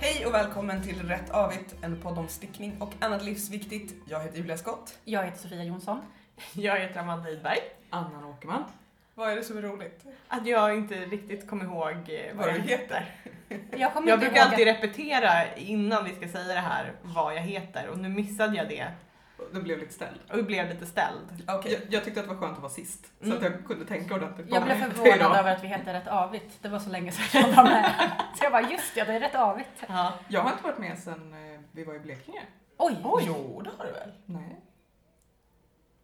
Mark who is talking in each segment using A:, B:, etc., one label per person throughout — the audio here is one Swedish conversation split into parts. A: Hej och välkommen till Rätt Avigt, en podd om stickning och annat livsviktigt. Jag heter Julia Skott.
B: Jag heter Sofia Jonsson.
C: Jag heter Amanda Idberg.
D: Annan Åkerman.
A: Vad är det som är roligt?
C: Att jag inte riktigt kommer ihåg eh,
A: Vad
C: vad
A: du
C: jag
A: heter.
C: heter.
B: Jag kommer
C: Jag
B: inte
C: brukar
B: ihåg
C: alltid repetera innan vi ska säga det här vad jag heter och nu missade jag det
D: Den blev lite ställd.
C: och blev lite ställd.
A: Okej.
D: Jag, jag tyckte att det var skönt att vara sist, så
C: Mm.
D: att jag kunde tänka ordentligt
B: att,
D: på
B: jag
D: vad
B: blev
D: jag heter
B: förvånad
D: idag.
B: över att vi heter Rätt Avigt. Det var så länge sedan jag var med. Så jag bara, just ja, det är Rätt Avigt.
C: Ja.
D: Jag har inte varit med sedan eh, vi var i Blekinge.
B: Oj!
A: Jo, det har du väl?
D: Nej.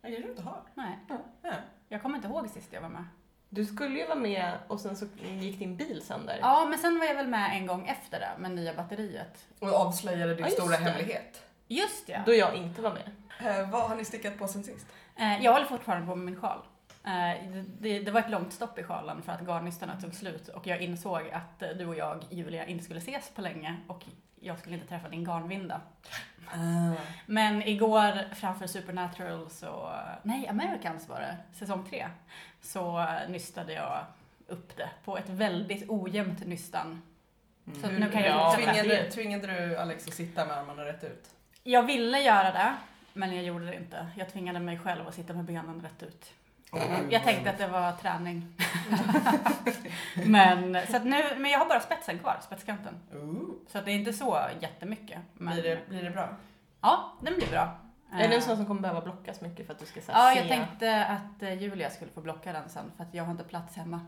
A: Jag kanske inte har.
B: Nej.
A: Nej.
B: Jag kommer inte ihåg sist jag var med.
C: Du skulle ju vara med och sen så gick din bil sönder.
B: Ja, men sen var jag väl med en gång efter det med nya batteriet.
A: Och jag avslöjade din
C: Ja, just
A: stora
C: det.
A: hemlighet.
B: Just ja!
C: Då jag inte var med.
A: Eh, vad har ni stickat på sen sist?
B: Eh, Jag håller fortfarande på med min sjal. Eh, det- Det, det var ett långt stopp i sjalen för att garnnystarna tog slut och jag insåg att eh, du och jag, Julia, inte skulle ses på länge och jag skulle inte träffa din garnvinda. Men igår framför Supernatural så, nej Americans var det, säsong tre, så nystade jag upp det på ett väldigt ojämnt nystan. Så nu kan jag
C: Mm. Ja.
B: fortsätta.
A: tvingade, tvingade du Alex att sitta med armarna rätt ut?
B: Jag ville göra det, men jag gjorde det inte. Jag tvingade mig själv att sitta med benen rätt ut. Jag tänkte att det var träning. men, så att nu, men jag har bara spetsen kvar, spetskanten.
A: Ooh.
B: Så att det är inte så jättemycket. Men,
A: Blir, det, blir det bra?
B: Ja, den blir bra.
C: Är det en
B: Eh,
C: sån som kommer behöva blockas mycket för att du ska så här,
B: Ja,
C: se?
B: jag tänkte att eh, Julia skulle få blocka den sen för att jag har inte plats hemma.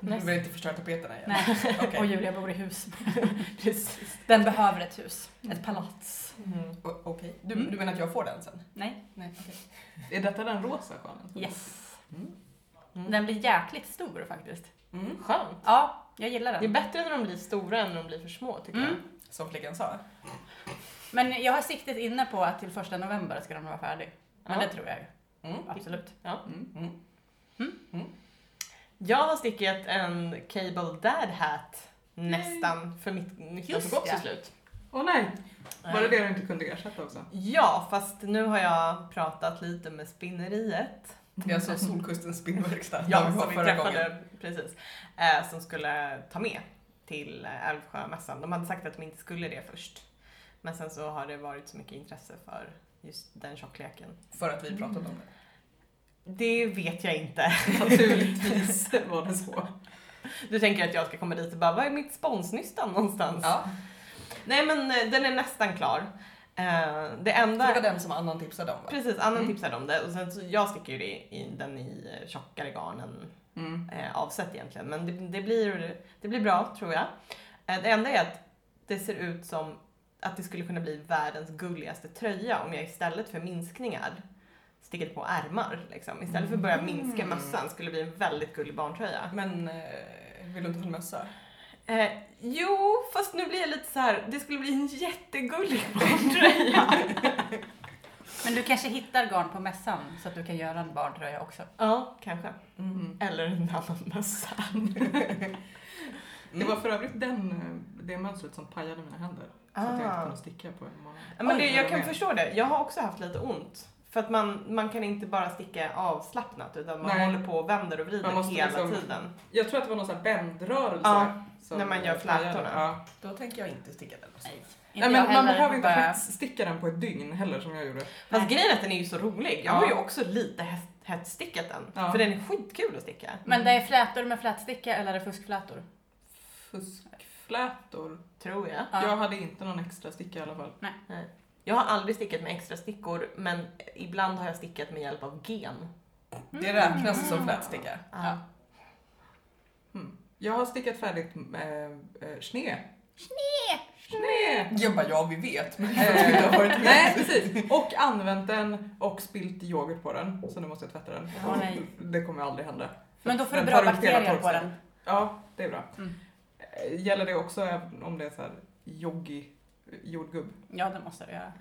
A: Du
C: Nice.
A: vill inte förstöra tapeterna igen?
B: Nej.
A: Okej.
B: Och Julia bor i hus.
C: Mm. Precis.
B: Den behöver ett hus. Ett palats.
C: Mm.
A: O- Okej. Du,
B: Mm.
A: du menar att jag får den sen?
B: Nej.
A: Nej, okej.
D: Är detta den rosa sjalen?
B: Yes.
D: Mm.
C: Mm.
B: Den blir jäkligt stor faktiskt.
A: Mm.
C: Skönt.
B: Ja, jag gillar
C: Det är
B: den.
C: bättre när de blir stora än när de blir för små tycker jag.
B: Mm.
A: Som flickan sa.
B: Men jag har siktet inne på att till första november ska den vara färdig. Men
C: Ja.
B: det tror jag
A: Mm.
B: absolut.
D: Mm.
A: Mm.
C: Jag har stickat en Cable Dad Hat nästan för mitt nystan
B: Just
C: tog också
B: det.
C: slut.
D: Åh nej! Var det det du inte kunde ersätta också?
C: Ja, fast nu har jag pratat lite med spinneriet.
A: Det är alltså Solkustens spinnverkstad. där
C: Ja,
A: var
C: som vi träffade precis. Eh, som skulle ta med till eh, Älvsjömässan. De hade sagt att de inte skulle det först. Men sen så har det varit så mycket intresse för just den tjockleken.
A: För att vi pratade om
D: Mm.
A: det.
C: Det vet jag inte.
D: Naturligtvis var det så.
C: Du tänker att jag ska komma dit och bara, var är mitt sponsnystan någonstans?
A: Ja,
C: Nej men eh, den är nästan klar. Eh, det enda...
A: det var den som Annan tipsade om va?
C: Precis, Anna
A: Mm.
C: tipsade om det och sen så, jag sticker ju det i, den i eh, tjockare garn än
D: Mm.
C: eh, avsett egentligen. Men det, det, blir, det blir bra tror jag. Eh, det enda är att det ser ut som att det skulle kunna bli världens gulligaste tröja om jag istället för minskningar sticker på ärmar. Liksom. Istället för att börja minska
A: Mm.
C: mössan skulle det bli en väldigt gullig barntröja.
A: Men eh, vill du inte ha en mössa?
C: Eh, jo, fast nu blir jag lite så här. det skulle bli en jättegullig barntröja.
B: Men du kanske hittar garn på mässan så att du kan göra en barntröja också.
C: ja, kanske.
D: Mm.
C: Eller en annan mössa.
A: Mm.
D: Det var för övrigt den, eh, det mönstret som pajade mina händer. Så att jag
A: Ah.
D: inte kunde sticka på en månad.
C: Ja, Men
A: Oj,
C: det,
A: vad
C: jag kan
A: med.
C: förstå det. Jag har också haft lite ont. För att man, man kan inte bara sticka avslappnat utan man
D: Nej.
C: håller på och vänder och vrider
D: Man måste
C: hela
D: liksom-
C: tiden.
D: Jag tror att det var någon sån här bändrörelse.
C: Ja,
D: som
C: när man gör
D: pajade.
C: flätorna.
D: Ja.
A: Då tänker jag inte sticka den.
B: Nej, inte
D: Nej,
B: jag
D: men man
B: heller.
D: behöver inte
B: Bara-
D: hetsticka den på ett dygn heller som jag gjorde.
C: Fast
B: Nej.
C: grejen är att den är ju så rolig. Jag
D: Ja.
C: har ju också lite hett- hettstickat den.
D: Ja.
C: För den är skitkul att sticka.
B: Men det är flätor med flätsticka eller är det fuskflätor?
D: Fuskflätor.
C: Tror jag.
B: Ja.
D: Jag hade inte någon extra sticka i alla fall.
C: Jag har aldrig stickat med extra stickor men ibland har jag stickat med hjälp av gen. Ah,
A: Det räknas som flätsticka.
B: Ja.
D: Mm. Jag har stickat färdigt eh, eh, sne. Sne!
A: Jag bara, ja vi vet. Men
D: Eh,
A: det har varit med.
D: nej, precis. Och använt den och spilt yoghurt på den. Så nu måste jag tvätta den.
B: Åh, nej.
D: Det kommer aldrig hända.
B: Men då får du
D: Den
B: bra
D: tar upp hela
B: bakterier på
D: torsten.
B: den.
D: Ja, det är bra.
B: Mm.
D: Eh, Gäller det också även om det är så här yogi, jordgubb?
B: Ja, det måste du göra.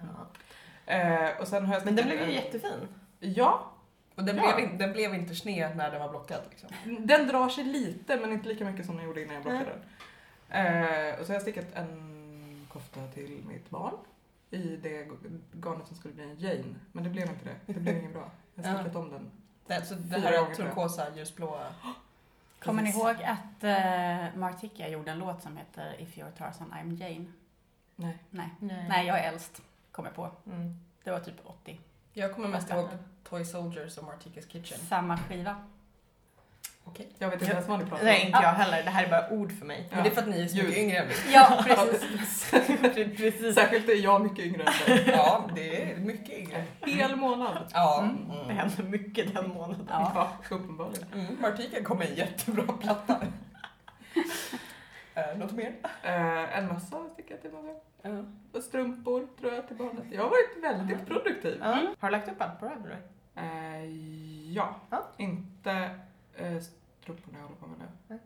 C: Ja.
D: Eh, och sen har jag
C: Men den
D: stickat
C: blev ju
D: en-
C: jättefin.
D: Ja,
A: Och den,
D: Ja.
A: blev, in- den blev inte sned när den var blockad. Liksom.
D: den drar sig lite men inte lika mycket som den gjorde innan jag blockade den. Eh, och så har jag stickat en kofta till mitt barn i det garnet som skulle bli en Jane. Men det blev inte det. Det blev inget bra. Jag har stickat om den.
A: Det, så det
D: Fyra
A: här är
D: gånger
A: turkosa, ljusblåa.
B: Kommer ni
A: Precis.
B: ihåg att eh, Martika gjorde en låt som heter If you're Tarzan I'm Jane?
D: Nej.
C: Nej.
B: Nej, jag är äldst, kom jag på.
C: Mm.
B: Det var typ 80.
A: Jag kommer mest ihåg Toy Soldiers och Martikas Kitchen.
B: Samma skiva.
A: Okej.
D: Jag vet inte ens vad ni pratar
C: Nej,
D: om.
C: inte jag heller. Det här är bara ord för mig.
A: Men det är för att ni är så mycket
D: Ljud.
A: yngre än mig.
B: Ja, precis.
C: Precis.
D: Särskilt är jag mycket yngre än dig.
A: Ja, det är mycket yngre.
D: Hel månad.
A: Ja.
B: Mm.
A: Mm.
C: Det hände mycket den månaden.
B: Ja.
D: Ja, uppenbarligen.
A: Mm, Martika kom med en jättebra platta. eh, något mer?
D: Eh, en massa har jag stickat till någon gång. Och strumpor tror jag till barnet. Jag har varit väldigt
C: Ja.
D: produktiv.
C: Ja. Har du lagt upp allt på Ravelry?
D: Eh, ja,
C: Ja.
D: inte eh, strumporna jag håller på med nu.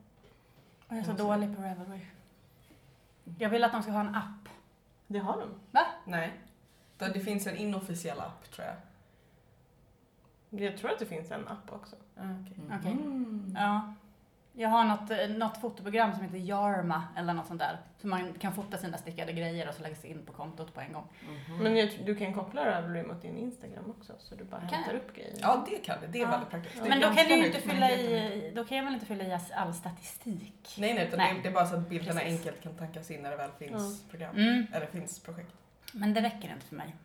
B: Och jag är så dålig på Ravelry. Jag vill att de ska ha en app.
C: Det har de.
A: Nej. Det det finns en inofficiell app tror jag.
C: Jag tror att det finns en app också.
B: Okej.
D: Mm.
B: Ja. Jag har något, eh, något fotoprogram som heter Jarma eller något sånt där. Så man kan fota sina stickade grejer och så läggs det in på kontot på en gång.
D: Mhm.
C: Men jag, du kan koppla Ravelry mot din Instagram också så du bara
B: Kan
C: hämtar upp grejer.
A: Ja, det kan vi. Det är
B: Ja.
A: väldigt praktiskt.
C: Ja.
B: Men då
D: ganska
B: kan, du ju
D: nytt,
B: inte
D: men
B: fylla
D: det är
B: i, då kan jag väl inte fylla i all statistik?
A: Nej, nej, utan
B: Nej.
A: Det, det är bara så att bilderna
B: Precis.
A: enkelt kan tankas in när det väl finns program.
B: Mm,
A: Eller finns projekt.
B: men det räcker inte för mig.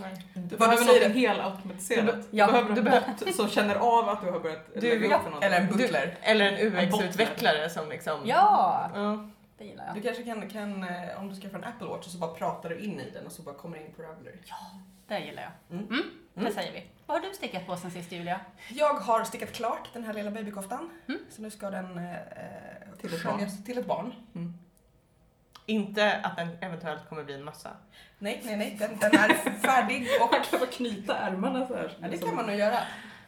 C: Nej.
D: Du
A: Vad
D: behöver
A: säger
D: något helautomatiserat.
B: Ja,
D: du behöver
C: du
D: en
C: behöver-
D: bot som känner av att du har börjat
C: Du-
D: lägga
C: ja,
D: upp för någon.
A: Eller en
C: Du-
A: butler.
C: Eller en
D: En bot.
C: UX-utvecklare som liksom...
B: Ja,
C: Ja.
B: det gillar
A: Du
B: jag.
A: kanske kan, kan, eh, om du skaffar en Apple Watch så bara pratar du in i den och så bara kommer in på Ravelry.
B: Det gillar jag.
A: Mm.
B: Det säger vi. Vad har du stickat på sen sist Julia?
A: Jag har stickat klart den här lilla babykoftan.
B: Mm.
A: Så nu ska den eh,
D: Till ett
A: sköljas till ett barn.
C: Inte att den eventuellt kommer bli en massa.
A: Nej, nej, nej. Den, den är färdig och...
D: Man kan bara knyta ärmarna så här.
A: Ja, det kan man nog göra.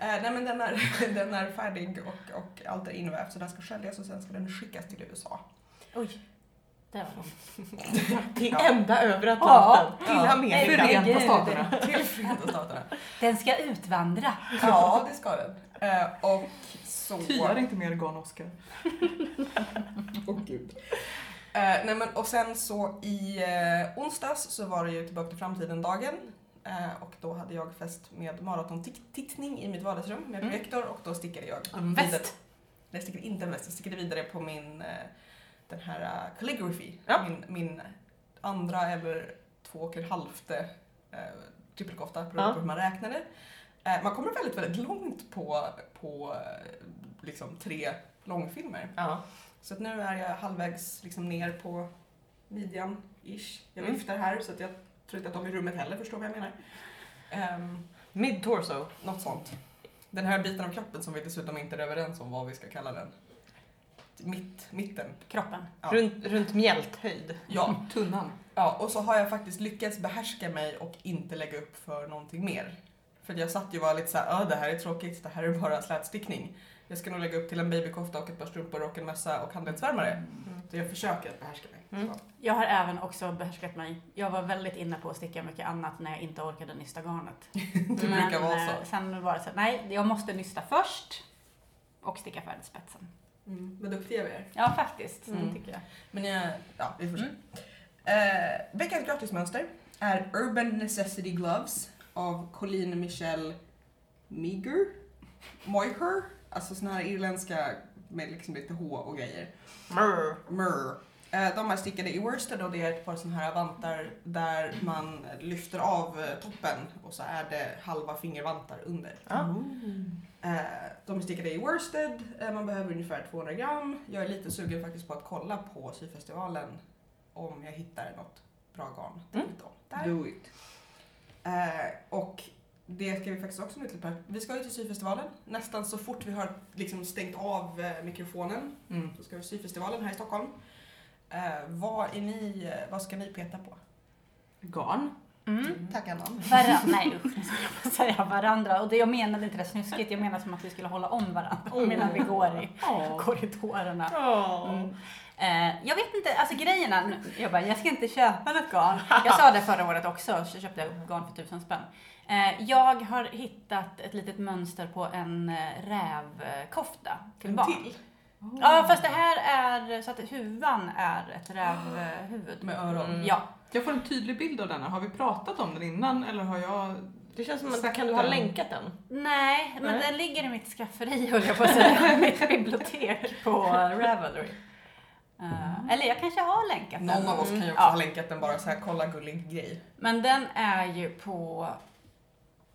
A: Eh, nej, men den är, den är färdig och, och allt är invävt så den ska sköljas och sen ska den skickas till USA.
B: Oj, det var långt.
C: Till
A: Ja.
C: ända över Atlanten.
A: Ja.
C: Till
A: Ja.
C: Amerika.
B: Herregud.
D: Förenta Staterna.
A: Till Förenta Staterna.
B: Den ska utvandra.
A: Ja, det ska den. Eh, och så...
D: Tyar inte mer garn Oscar.
A: Åh gud. Eh, nej men och sen så i eh, onsdags så var det ju Tillbaka till framtiden-dagen. Eh, och då hade jag fest med maratontittning i mitt vardagsrum med
B: Mm.
A: projektor och då stickade jag.
B: En
A: vidare-
B: väst.
A: Nej, jag stickade inte en väst. Jag stickade vidare på min, eh, den här eh, calligraphy.
C: Ja.
A: Min, min andra eller två och en halvte eh, trippelkofta beroende
C: Ja.
A: på hur man räknade. Eh, man kommer väldigt, väldigt långt på, på eh, liksom tre långfilmer.
C: Ja.
A: Så att nu är jag halvvägs liksom ner på midjan ish. Jag
C: Mm.
A: lyfter här så att jag tror inte att de i rummet heller förstår vad jag menar. Um,
C: Mid-torso.
A: något sånt. Den här biten av kroppen som vi dessutom inte är överens om vad vi ska kalla den. Mitt, mitten.
B: Kroppen.
A: Ja.
C: Runt, runt mjälthöjd.
A: Ja.
D: Tunnan.
A: ja, och så har jag faktiskt lyckats behärska mig och inte lägga upp för någonting mer. För jag satt ju och var lite såhär, "Ah, det här är tråkigt, det här är bara slätstickning. Jag ska nog lägga upp till en babykofta och ett par strumpor och en mössa och handledsvärmare. Så jag försöker att behärska mig.
C: Mm.
B: Jag har även också behärskat mig. Jag var väldigt inne på att sticka mycket annat när jag inte orkade nysta garnet.
A: Du brukar vara så.
B: eh, Sen var det så att, nej, jag måste nysta först och sticka färdigt spetsen.
A: Mm, vad duktiga vi är.
B: Ja, faktiskt. Det
A: Mm.
B: tycker jag.
A: Men jag, ja, vi får se.
B: Mm.
A: Eh, veckans gratismönster är Urban Necessity Gloves av Colleen Michelle Meagher. Moiher. Alltså såna här irländska med liksom lite H och grejer.
C: Murr.
A: Myrrh. Eh, De är stickade i worsted och det är ett par sådana här vantar där man lyfter av eh, toppen och så är det halva fingervantar under.
C: Ja.
A: Eh, De är stickade i worsted, eh, man behöver ungefär 200 gram. Jag är lite sugen faktiskt på att kolla på syfestivalen om jag hittar något bra garn till
C: Mm.
A: dem där.
C: Do it.
A: Eh, och det ska vi faktiskt också nu till Per. Vi ska ju till syfestivalen nästan så fort vi har liksom stängt av eh, mikrofonen
D: Mm.
A: så ska vi till syfestivalen här i Stockholm. Eh, vad, är ni, eh, vad ska ni peta på?
D: Garn.
B: Mm.
A: Tack Anna.
B: Varandra, nej usch, nu skulle jag säga varandra. Och det, jag menade inte det snuskigt, jag menade som att vi skulle hålla om varandra
C: Oh.
B: medan vi går i
D: Ja.
B: korridorerna.
C: Oh.
B: Mm. Eh, jag vet inte, alltså grejerna, nu- jag bara, jag ska inte köpa något garn. Jag sa det förra året också, så köpte jag garn för tusen spänn. Eh, jag har hittat ett litet mönster på en eh, rävkofta till barn. Ja, fast det här är så att huvan är ett rävhuvud.
A: Med öron.
C: Mm.
B: Ja,
D: Jag får en tydlig bild av denna. Har vi pratat om den innan eller har jag...
C: Det känns som att
D: Sagt
C: kan du ha
D: den.
C: länkat den?
B: Nej, men
C: Nej.
B: den ligger i mitt skafferi höll jag på att säga. mitt bibliotek på Ravelry. Eh, Eller jag kanske har länkat den. Mm.
A: Någon av oss kan ju också
B: Ja.
A: ha länkat den bara så här, kolla gullig grej.
B: Men den är ju på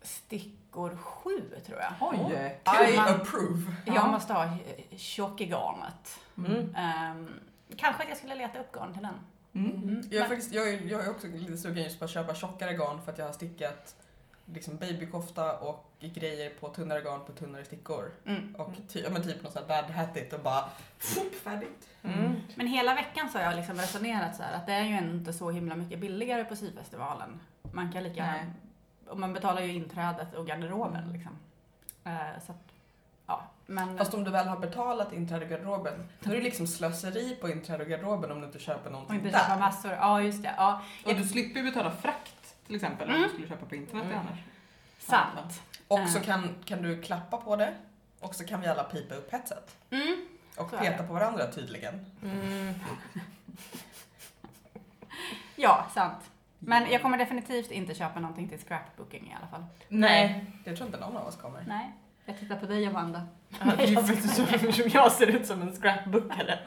B: stickor 7 tror jag.
D: Oj!
A: I
B: man-
A: approve.
B: Jag måste ha eh, tjock i garnet.
C: Mm.
B: Ehm, kanske att jag skulle leta upp garn till den.
D: Mm.
B: Mm.
A: Jag är,
B: Men-
A: faktiskt, jag, är, jag är också lite sugen just på att köpa tjockare garn för att jag har stickat liksom babykofta och grejer på tunnare garn på tunnare stickor.
B: Mm.
A: Och ty, ja, men typ något sånt här bad hattigt och bara pop, färdigt.
C: Mm.
B: Men hela veckan så har jag liksom resonerat så här att det är ju inte så himla mycket billigare på syfestivalen. Man kan lika
D: Nej.
B: och man betalar ju inträdet och garderoben liksom. Eh, så att, ja. Men,
A: Fast om du väl har betalat inträde och garderoben, då är det liksom slöseri på inträde och garderoben om du inte köper
B: och
A: någonting
B: inte
A: där.
B: köpa massor. Ja, just det. Ja,
D: Och du slipper ju betala frakt till exempel om
B: Mm.
D: du skulle köpa på internet
C: Mm.
D: annars.
B: sant.
A: Och så kan, kan du klappa på det och så kan vi alla pipa upp hetset.
B: Mm.
A: Och
B: Så är
A: peta
B: det.
A: på varandra tydligen.
C: Mm.
B: Ja, sant. Men jag kommer definitivt inte köpa någonting till scrapbooking i alla fall.
C: Nej.
A: Det tror inte någon av oss kommer.
B: Nej. Jag tittar på dig Amanda.
C: Ja, det är ju faktiskt så- som jag ser ut som en scrapbookare.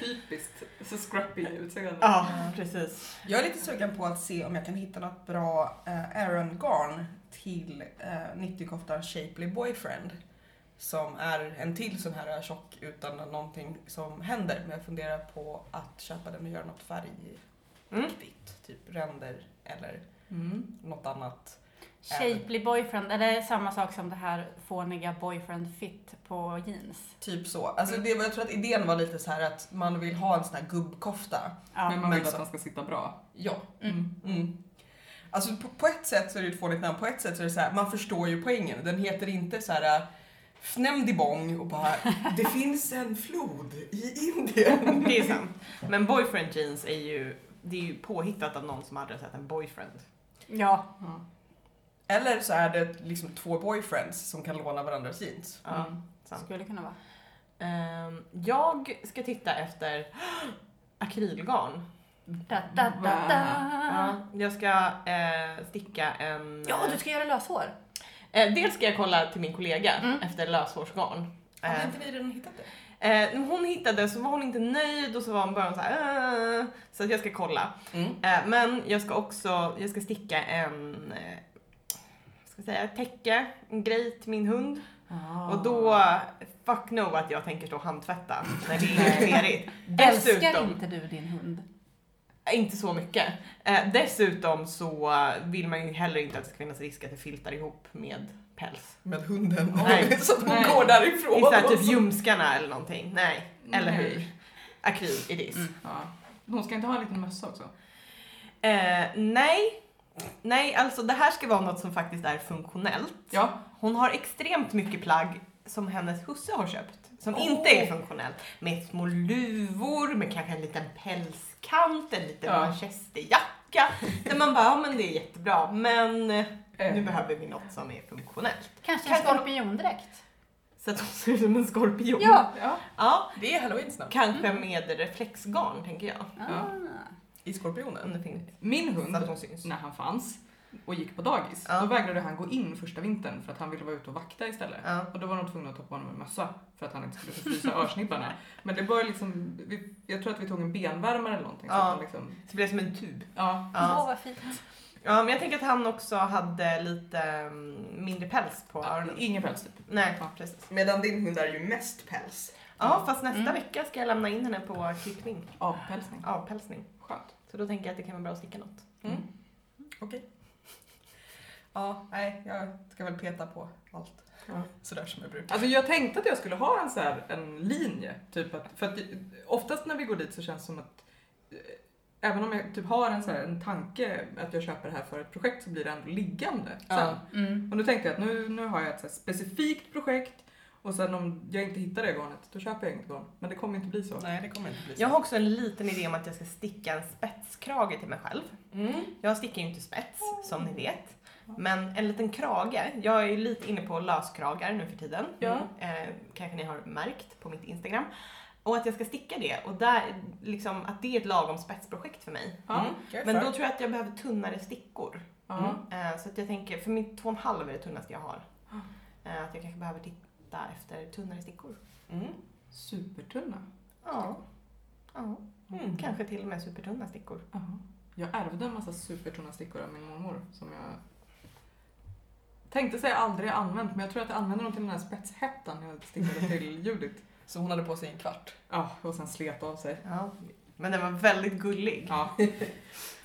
D: Typiskt så scrappy utseende.
C: Ja, precis.
A: Jag är lite sugen på att se om jag kan hitta något bra eh, Aaron-garn till eh, 90-koftan Shapely Boyfriend. Som är en till sån här tjock utan någonting som händer. Men jag funderar på att köpa den och göra något färgaktigt.
C: Mm.
A: Typ ränder eller
D: Mm.
A: något annat.
B: Shapely boyfriend, är det samma sak som det här fåniga boyfriend fit på jeans?
A: Typ så. Alltså det, var- jag tror att idén var lite så här att man vill ha en sån här gubbkofta.
B: Ja.
D: Men man
A: men
D: vill att
A: så-
D: den ska sitta bra.
A: Ja,
B: Mm.
A: Mm. Alltså på, på ett sätt så är det ett fånigt namn, på ett sätt så är det så här, man förstår ju poängen. Den heter inte så här äh, fnemdibong och bara det finns en flod i Indien.
C: Det är sant. Men boyfriend jeans är ju, det är ju påhittat av någon som aldrig har sett en boyfriend.
B: ja.
D: Mm.
A: Eller så är det liksom två boyfriends som kan låna varandras jeans.
C: Ja,
D: Mm.
C: sant.
B: Skulle kunna vara.
C: Ehm, jag ska titta efter akrylgarn.
B: Da, da, da, da.
C: Ja, jag ska eh, sticka en...
B: Ja, du ska göra löshår.
C: Eh, dels ska jag kolla till min kollega
B: Mm.
C: efter löshårsgarn.
A: Hade
C: Eh,
A: inte vi redan hittat det?
C: eh, när hon hittade så var hon inte nöjd och så var hon bara så här, eh, Så att jag ska kolla.
A: Mm.
C: Eh, men jag ska också, jag ska sticka en, eh, vad ska jag säga, ett täcke, en grej till min hund. Och då, fuck no att jag tänker stå och handtvätta när det är lerigt.
B: Älskar inte du din hund?
C: Inte så mycket. Eh, dessutom så vill man ju heller inte att det ska finnas risk att det filtar ihop med päls.
A: Med hunden.
C: Nej.
A: så att hon
D: Nej.
A: går därifrån.
C: Inte
A: och
C: typ
A: så-
C: ljumskarna eller någonting. Nej, eller
D: Nej.
C: hur? Akryl i dis.
B: Mm.
D: Ja. Hon ska inte ha en liten mössa också?
C: Eh, nej. Nej, alltså det här ska vara något som faktiskt är funktionellt.
D: Ja.
C: Hon har extremt mycket plagg som hennes husse har köpt. Som
A: Åh.
C: inte är funktionellt. Med små luvor, med kanske en liten pälskant, en liten
D: Ja.
C: manchesterjacka. Där man bara, ja men det är jättebra. Men eh,
D: Eh,
C: nu behöver vi något som är funktionellt.
B: Kanske en
C: Kanske-
B: skorpiondräkt?
C: Så att hon ser ut som en skorpion.
B: Ja.
D: Ja.
C: Ja,
A: Det är halloween snart.
C: kanske med reflexgarn tänker jag.
B: Ah.
A: I
C: Om
A: skorpionen.
C: det finns.
D: Min
C: Så att
D: hund,
C: hon syns.
D: när han fanns och gick på dagis,
C: Ja.
D: då vägrade han gå in första vintern för att han ville vara ute och vakta istället.
C: Ja.
D: Och då var de tvungna att ta på honom en mössa för att han inte skulle frysa örsnibbarna. Men det var liksom, vi, jag tror att vi tog en benvärmare eller någonting. Så
C: Ja.
D: att han liksom,
C: Så det blev som en tub.
D: ja.
B: Åh,
C: Ja.
B: vad fint.
C: ja, men jag tänker att han också hade lite mm, mindre päls på öronen.
D: Ingen päls typ.
C: Nej,
D: Ja.
C: precis.
A: Medan din hund är ju mest päls.
C: Ja, fast nästa
B: Mm.
C: vecka ska jag lämna in henne på klippning,
D: Avpälsning.
C: avpälsning.
D: Skönt.
C: Så då tänker jag att det kan vara bra att sticka något.
A: Ja, nej, jag ska väl peta på allt.
C: Ja.
A: Sådär som jag brukar.
D: Alltså jag tänkte att jag skulle ha en, så här, en linje. Typ att, för att det- oftast när vi går dit så känns det som att eh, Även om jag typ har en, så här, en tanke att jag köper det här för ett projekt så blir det ändå liggande sen.
C: Ja.
B: Mm.
D: Och nu tänkte jag att nu, nu har jag ett så här specifikt projekt och sen om jag inte hittar det garnet då köper jag inget garn. Men det kommer inte bli så.
A: Nej, det kommer inte bli så.
C: Jag har också en liten idé om att jag ska sticka en spetskrage till mig själv.
A: Mm.
C: Jag stickar ju inte spets, som ni vet. Men en liten krage. Jag är ju lite inne på löskragar nu för tiden.
D: Ja.
C: Eh, kanske ni har märkt på mitt Instagram. Och att jag ska sticka det och där, liksom, att det är ett lagom spetsprojekt för mig.
D: Ja.
A: Mm. Good
C: Men då
A: fuck.
C: tror jag att jag behöver tunnare stickor.
D: Ja.
A: Mm.
C: Eh, så att jag tänker, för min 2,5 är det tunnaste jag har. Eh, att jag kanske behöver titta efter tunnare stickor.
A: Mm.
D: Supertunna.
C: Ja. Ja,
D: Mm.
C: kanske till och med supertunna stickor.
D: Jaha. Jag ärvde en massa supertunna stickor av min mormor som jag tänkte säga aldrig använt, men jag tror att jag använde dem till den här spetshättan jag stickade till Judith.
A: Så hon hade på sig en kvart.
D: Ja, och sen slet av sig.
C: Ja. Men den var väldigt gullig.
D: Ja.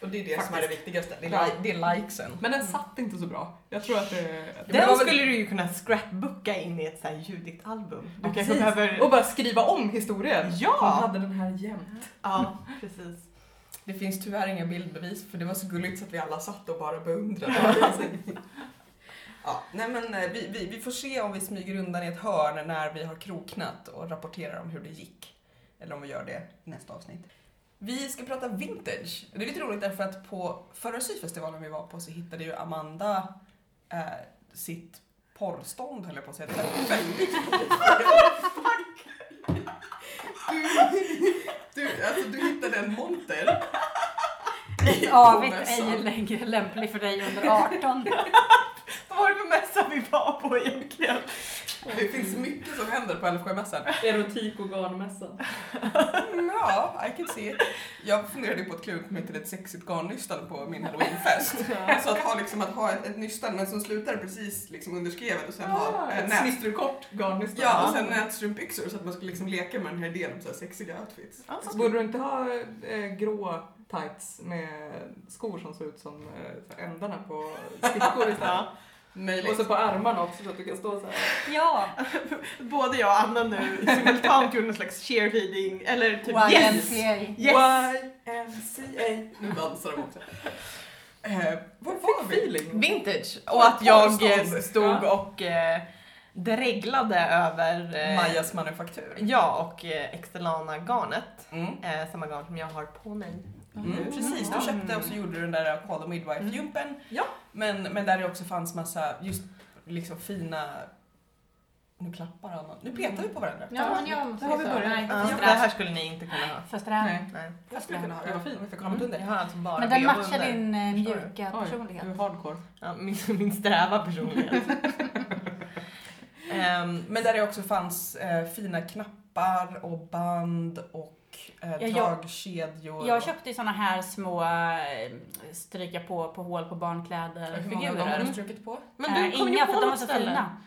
A: Och det är det som är det viktigaste. Det är,
D: Ja.
A: li- det är likesen.
D: Men den satt inte så bra. Jag tror att det...
A: men det
C: Den
A: var väl-
C: skulle du ju kunna scrapbooka in i ett så här ljudigt album. Du
D: Ja,
C: kanske
D: precis.
C: behöver...
D: Och bara skriva om historien.
C: Ja!
D: Hon hade den här jämt.
C: Ja, precis.
A: Det finns tyvärr inga bildbevis för det var så gulligt så att vi alla satt och bara beundrade. Alltså. ja, nej men eh, vi, vi, vi får se om vi smyger undan i ett hörn när vi har kroknat och rapporterar om hur det gick. Eller om vi gör det i nästa avsnitt. Vi ska prata vintage. Det är lite roligt därför att på förra syfestivalen vi var på så hittade ju Amanda eh, sitt porrstånd höll jag på att säga. Du, alltså du hittade en monter.
B: Avigt
A: Mässan.
B: ej längre lämplig för dig under 18.
C: Vad var det för mässa vi var på egentligen?
A: Det finns mycket som händer på Älvsjömässan. Mm,
E: Erotik och garnmässan.
A: Ja, I can see it. Jag funderade ju på att klä ut mig till ett sexigt garnnystan på min halloweenfest. Så att ha, liksom, att ha ett, ett nystan men som slutar precis liksom, under skrevet och sen
C: Ah,
A: ha eh,
D: Ah. ett
A: nät.
D: snittrukort garnnystan.
A: Ja, och sen nätstrumpbyxor så att man skulle liksom leka med den här idén om så här sexiga outfits.
C: Ja,
D: Så Borde du inte ha eh, grå tights med skor som ser ut som eh, så här ändarna på stickor istället? Och
A: Möjligt.
D: så på armarna också så att du kan stå så här.
B: Ja,
C: Både jag och Anna nu simultant gjorde någon slags cheerleading eller typ yes!
B: YMCA.
C: Yes!
D: YMCA.
A: Nu dansar de också. Eh, var var
D: Vad
A: vi?
D: feeling.
C: Vintage! Och att jag eh, stod
D: Ja.
C: och eh, dreglade över eh,
A: Majas manufaktur.
C: Ja, och eh, Excelana garnet.
A: Mm.
C: Eh, samma garn som jag har på mig.
A: Mm, precis, du köpte och så gjorde du den där Call the
B: Mm.
A: Midwife-jumpen.
C: Ja.
A: Men, men där det också fanns massa just liksom fina... Nu klappar Anna. Nu petar vi på varandra.
B: Mm.
E: Ja, men jag
D: Då har vi börjat.
E: Nej,
C: Ja, det här skulle ni inte kunna ha.
B: Först det här.
D: Nej,
C: Nej.
A: Jag skulle kunna ha det.
D: Det var fint.
A: Vi fick komma
B: mm.
C: Jag
A: under.
C: har alltså bara
B: Men den
C: vevat
B: matchar
C: under.
B: din eh,
C: Förstår du?
B: mjuka
D: Oj,
B: personlighet.
D: du är hardcore.
C: Ja, min, min sträva personlighet. Ehm,
A: Men där det också fanns eh, fina knappar och band och eh,
B: Ja, jag-
A: dragkedjor.
B: Jag köpte ju såna här små eh, stryka på på hål på barnkläder
A: Hur många gånger har
B: figurer.
A: du strukit på?
C: men du
B: Eh,
C: kom
B: Inga för
C: ju på
B: att de var
C: något
B: så
C: ställe.
B: fina.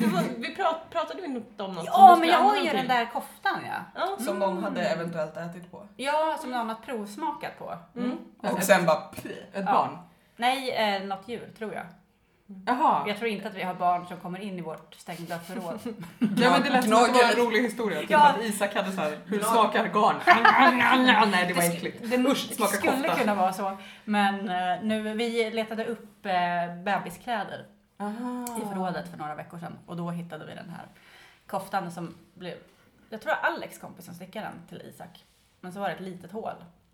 C: Du var- Vi prat, pratade ju inte om något som
B: Ja,
C: du
B: men
C: skulle
B: jag har ju
C: använda
B: den
C: till.
B: där koftan ja.
C: Ja.
A: Som någon hade eventuellt ätit på.
B: Ja, som någon har provsmakat på.
C: Mm.
A: Och sen bara... pff.
D: Ett
B: Ja.
D: barn?
B: Nej, eh, något djur tror jag.
D: Jaha.
B: Jag tror inte att vi har barn som kommer in i vårt stängda förråd.
D: Ja, men det lät som att det var en
A: Gnagel.
D: rolig historia. Typ
B: Ja.
D: att Isak hade så här, hur
A: Gnag-
D: smakar garn? Nej, det var
B: sk-
D: äckligt.
B: det
D: Usch, smakar
B: skulle
D: kofta.
B: kunna vara så. Men eh, nu, vi letade upp eh, bebiskläder i
C: Ah.
B: förrådet för några veckor sedan och då hittade vi den här koftan som blev, jag tror Alex kompis som stickade den till Isak. Men så var det ett litet hål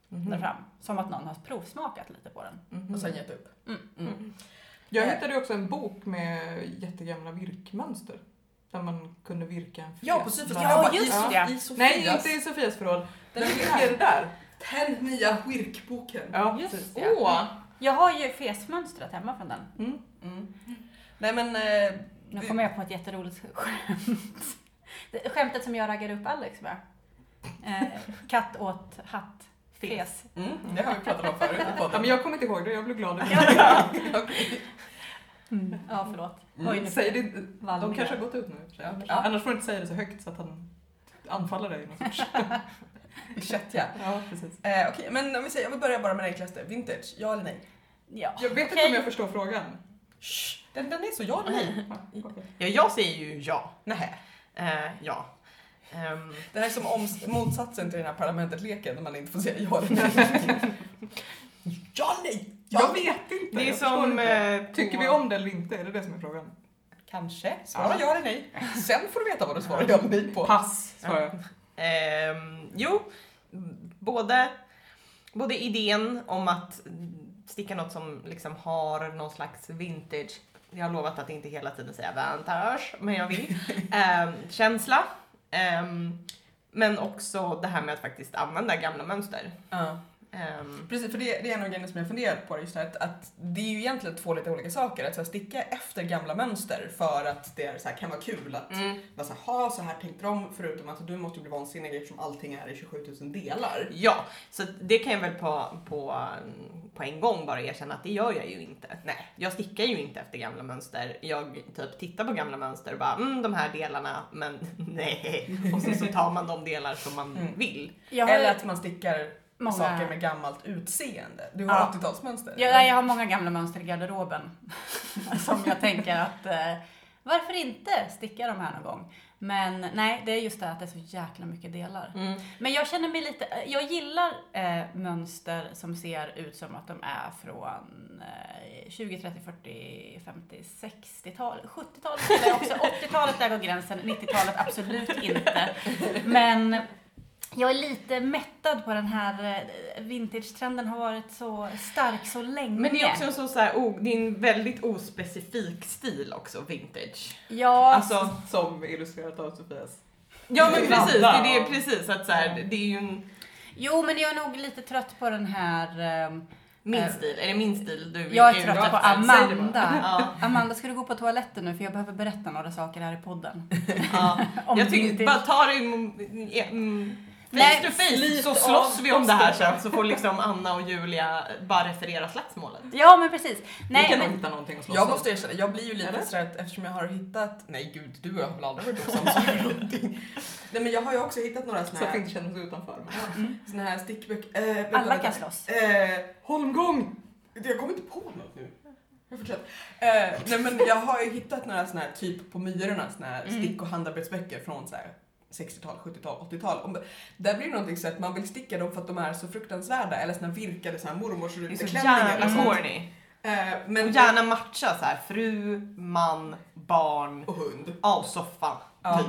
D: Mhm.
C: Mm.
B: där fram, som att någon har provsmakat lite på den. Mm.
A: Och sen gett upp. Mm.
D: Jag hittade ju också en bok med jättegamla virkmönster. Där man kunde virka en
A: Ja, på
D: fet
A: Syfes.
D: värld.
B: Ja,
A: Jag bara,
B: just
A: i-
B: det.
A: I Sofias.
D: Nej, inte i Sofias förråd. Den ligger där.
A: Den nya skirkboken.
D: Ja,
B: Just
D: precis.
B: det.
D: Åh.
B: Jag har ju fesmönstret hemma från den.
D: Mm.
A: Mm. Nej men... eh,
B: Nu
A: vi-
B: kommer jag på ett jätteroligt skämt. Det- Skämtet som jag raggade upp Alex med. Eh, katt åt hatt, fes.
A: Mm, det har vi pratat om förut i
D: Ja, men
A: podden.
D: jag kommer inte ihåg det, jag blev glad.
A: Okej.
B: Mm. Ja, förlåt.
A: Mm.
B: Oj, nu
D: Säg det,
B: vallade
D: de
B: jag.
D: kanske har gått ut nu. i och för sig. Annars-
A: Ja.
D: Annars får du inte säga det så högt så att han anfaller dig. i någon sorts-
A: Kättja.
D: ja, precis.
A: Eh, Okej, men om vi säger, jag vill börja bara med det enklaste. Vintage, ja eller nej?
B: Ja.
D: Jag vet
B: Okej.
D: inte om jag förstår frågan.
A: Shh, den, den är så ja eller nej?
D: Ja, okej.
C: Ja, jag säger ju ja.
A: Nähä.
C: Eh, ja. Ehm,
A: Det här är som oms- motsatsen till den här parlamentet-leken när man inte får säga ja eller nej. ja nej! Ja,
D: Jag vet inte.
C: det är
D: jag förstår
C: som...
D: inte.
C: eh,
D: Tycker
C: på-
D: vi om det eller inte? Är det det som är frågan?
A: Kanske. Svara ja eller nej. Sen får du veta vad du svarar ja eller nej på.
D: Pass, svarar jag.
C: Ehm, jo, både, både idén om att sticka något som liksom har någon slags vintage, jag har lovat att inte hela tiden säga vintage, men jag vill, Ehm, känsla. Ehm, men också det här med att faktiskt använda gamla mönster.
A: Ja.
C: Ehm,
A: Precis, för det, det är en av grejerna som jag funderat på just här, att, att det är ju egentligen två lite olika saker. Att så här, sticka efter gamla mönster för att det är, så här, kan vara kul att
C: mm.
A: bara så här, ha så här tänkte de förutom att du måste ju bli vansinnig eftersom allting är i 27 000 delar.
C: Ja, så att det kan jag väl på, på, på en gång bara erkänna att det gör jag ju inte. Nej, jag stickar ju inte efter gamla mönster. Jag typ tittar på gamla mönster och bara mm, de här delarna, men nej. Och sen så tar man de delar som man
A: Mm.
C: vill.
B: Jag har
A: Eller
B: ju
A: att man stickar
B: många...
A: saker med gammalt utseende. Du har
B: Ja.
A: 80-talsmönster.
B: Jag, nej, jag har många gamla mönster i garderoben som jag tänker att eh, varför inte sticka de här någon gång? Men nej, det är just det att det är så jäkla mycket delar.
C: Mm.
B: Men jag känner mig lite, eh, jag gillar eh, mönster som ser ut som att de är från eh, 20, 30, 40, 50, 60-tal, 70-talet gillar jag också, 80-talet där går gränsen, 90-talet absolut inte. Men jag är lite mättad på den här eh, vintage-trenden har varit så stark så länge.
C: Men det är också en så, så här, o- det är en väldigt ospecifik stil också, vintage.
B: Ja,
C: Alltså,
D: Som illustrerat av Sofias.
C: ja men precis, det är
D: Blandar.
C: det, precis att så här, det är ju en,
B: jo men jag är nog lite trött på den här, eh,
C: min stil, är det min stil du vill
B: jag är
C: ut
B: trött på
C: efter? Säg det bara.
B: Amanda.
C: Ja,
B: Amanda, ska du gå på toaletten nu för jag behöver berätta några saker här i podden.
C: ja.
B: Om
C: jag tycker,
B: vintage.
C: bara ta det mm, mm,
B: Nej,
C: face to face
A: slit
C: så
A: av
C: slåss vi om det här sen så får liksom Anna och Julia bara referera slagsmålet.
B: Ja men precis.
D: vi
B: Nej,
D: kan nog
B: men,
D: hitta någonting att slåss
A: Jag
D: om.
A: måste erkänna, jag blir ju lite
D: Eller?
A: stressad eftersom jag har hittat, nej gud du och jag har väl aldrig varit osams eller någonting. Nej men jag har ju också hittat några
D: Så
A: såna
D: att vi
A: här,
D: inte känner oss utanför. Men,
B: mm,
A: såna här stickböcker. Eh, vänta,
B: alla
A: vänta.
B: kan slåss.
A: Eh, Holmgång! Jag kommer inte på något nu. Jag fortsätter. Eh, nej men jag har ju hittat några såna här, typ på Myrorna, såna här
C: Mm.
A: stick och handarbetsböcker från så här 60-tal, 70-tal, 80-tal. Om- Där blir det någonting så att man vill sticka dem för att de är så fruktansvärda eller såna virkade så här mormors
C: Det är så
A: ruteklänningar.
C: jävla
A: eller sånt.
C: corny.
A: Eh,
C: Och
A: men
C: gärna matcha så här fru, man, barn,
A: och hund.
C: av soffan.
A: Ja.
C: Typ.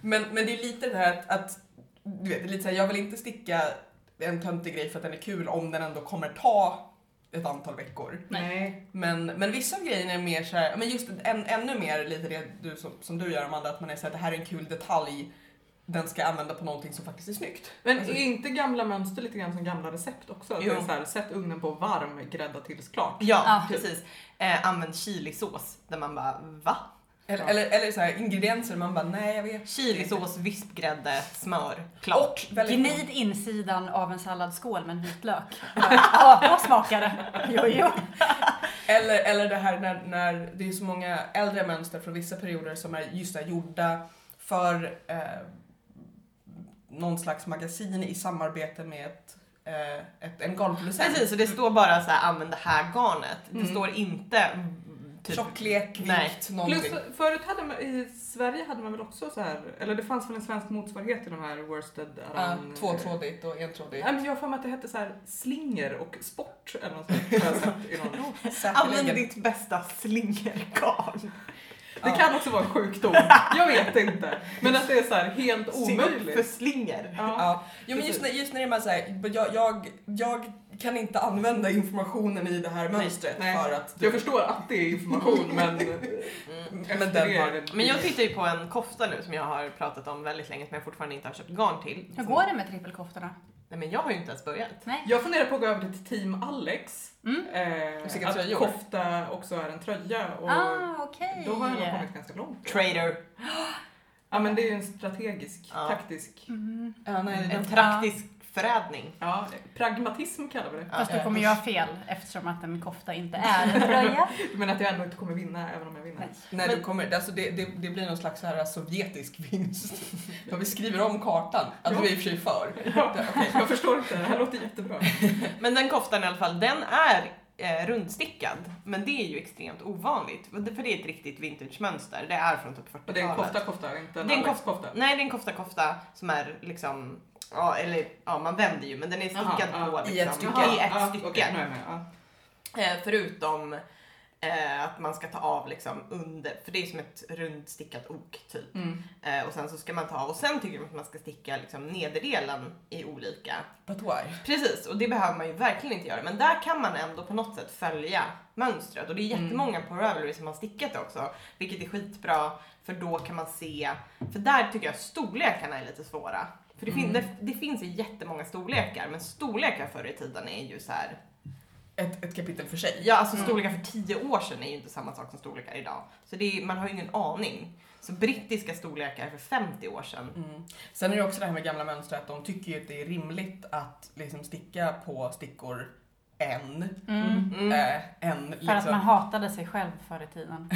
A: Men, men det är lite det här att, att du vet, det är lite så här, jag vill inte sticka en töntig grej för att den är kul om den ändå kommer ta ett antal veckor.
D: Nej.
A: Men, men vissa av grejerna är mer så här, men just en, ännu mer lite det du, som, som du gör Amanda, att man är så här, det här är en kul detalj, den ska jag använda på någonting som faktiskt är snyggt.
D: Men
A: Alltså-
D: är inte gamla mönster lite grann som gamla recept också? Att det
C: Jo.
D: är så här, sätt ugnen på varm, grädda tills klart.
C: Ja,
B: Ja.
C: precis. Eh, använd chilisås där man bara va?
A: Eller,
D: Ja.
A: eller, eller så här, ingredienser man bara, nej jag vet.
C: Chilisås, vispgrädde, smör, klart.
A: Och väldigt
B: Gnid insidan av en salladsskål med en vitlök. Ja, vad smakar det? Jo, jo.
A: Eller, eller det här när, när det är så många äldre mönster från vissa perioder som är just där gjorda för eh, någon slags magasin i samarbete med ett, eh, ett, en garnproducent.
C: Precis, så det står bara så här använd det här garnet. Det
A: Mm.
C: står inte mm, typ
A: Tjocklek, vikt,
C: Nej.
A: någonting.
D: Plus förut hade man, i Sverige hade man väl också så här, eller det fanns väl en svensk motsvarighet till de här worsted
A: Ja,
D: aran-
A: tvåtrådigt och entrådigt.
D: Nej men jag har för mig att det hette så här slinger och sport eller något sånt. har jag sett i någon-
A: Säkerligen.
C: Använd ditt bästa slingergarn.
D: Det kan också vara en sjukdom. Jag vet inte. Men att det är så här helt
C: Se upp för
D: omöjligt.
C: slinger.
D: Ja.
A: Ja. Jo, men just när, just när det är man säger jag, jag, jag kan inte använda informationen i det här mönstret
D: Nej.
A: för att
D: Jag förstår att det är information men efter
A: Mm. men den
D: det är
A: har
D: det-
C: Men jag tittar ju på en kofta nu som jag har pratat om väldigt länge som jag fortfarande inte har köpt garn till.
B: Hur går det med trippelkoftorna?
C: Nej men jag har ju inte ens börjat.
D: Jag funderar på att gå över till team Alex.
B: Mm.
D: Eh,
A: Och sticka
D: att
A: tröjor.
D: kofta också är en tröja. Och
B: Ah, okej.
D: Då har jag nog kommit ganska långt.
C: Trader.
D: Ja men det är ju en strategisk,
C: Ja.
D: taktisk.
B: Mm.
A: Ja, nej,
C: En praktisk förädling.
D: Ja, pragmatism kallar vi det.
B: Fast du
A: Ja.
B: kommer göra fel eftersom att en kofta inte är en tröja.
D: Men att jag ändå inte kommer vinna även om jag vinner.
A: När du kommer, alltså det, det, det blir någon slags så här sovjetisk vinst. För vi skriver om kartan. Alltså
D: Ja.
A: vi är i och för sig för.
D: Ja, okej, jag förstår inte, det här låter jättebra.
C: Men den koftan i alla fall, den är eh, rundstickad. Men det är ju extremt ovanligt. För det för det är ett riktigt vintage-mönster. Det är från typ 40-talet.
D: Och det är en kofta kofta, inte en
C: Det är en
D: Alex kofta.
A: Mm,
C: Nej, det är en kofta-kofta som är liksom, ja eller ja man vänder ju men den är stickad
D: Jaha,
C: på
D: ja.
C: liksom,
A: I ett stycke.
C: i ett
D: ja,
C: stycke.
D: okej, nu är jag med. Ja.
C: Eh, förutom Eh, att man ska ta av liksom under, för det är som ett rundstickat ok typ.
A: Mm.
C: Eh, och sen så ska man ta och sen tycker man att man ska sticka liksom nederdelen i olika.
A: But why?
C: Precis, och det behöver man ju verkligen inte göra. Men där kan man ändå på något sätt följa mönstret. Och det är jättemånga på Ravelry som har stickat det också. Vilket är skitbra, för då kan man se. För där tycker jag storlekarna är lite svåra. För det, fin-
A: Mm.
C: det, det finns ju jättemånga storlekar, men storlekar förr i tiden är ju så här.
A: Ett, ett kapitel för sig.
C: Ja, alltså
B: Mm.
C: storlekar för tio år sedan är ju inte samma sak som storlekar idag. Så det är, man har ju ingen aning. Så brittiska storlekar för 50 år sedan
A: Mm. Sen är det också det här med gamla mönster att de tycker ju att det är rimligt att liksom sticka på stickor en.
B: Mm.
C: Mm.
A: Äh, en
B: För att man
A: liksom.
B: hatade sig själv förr i tiden.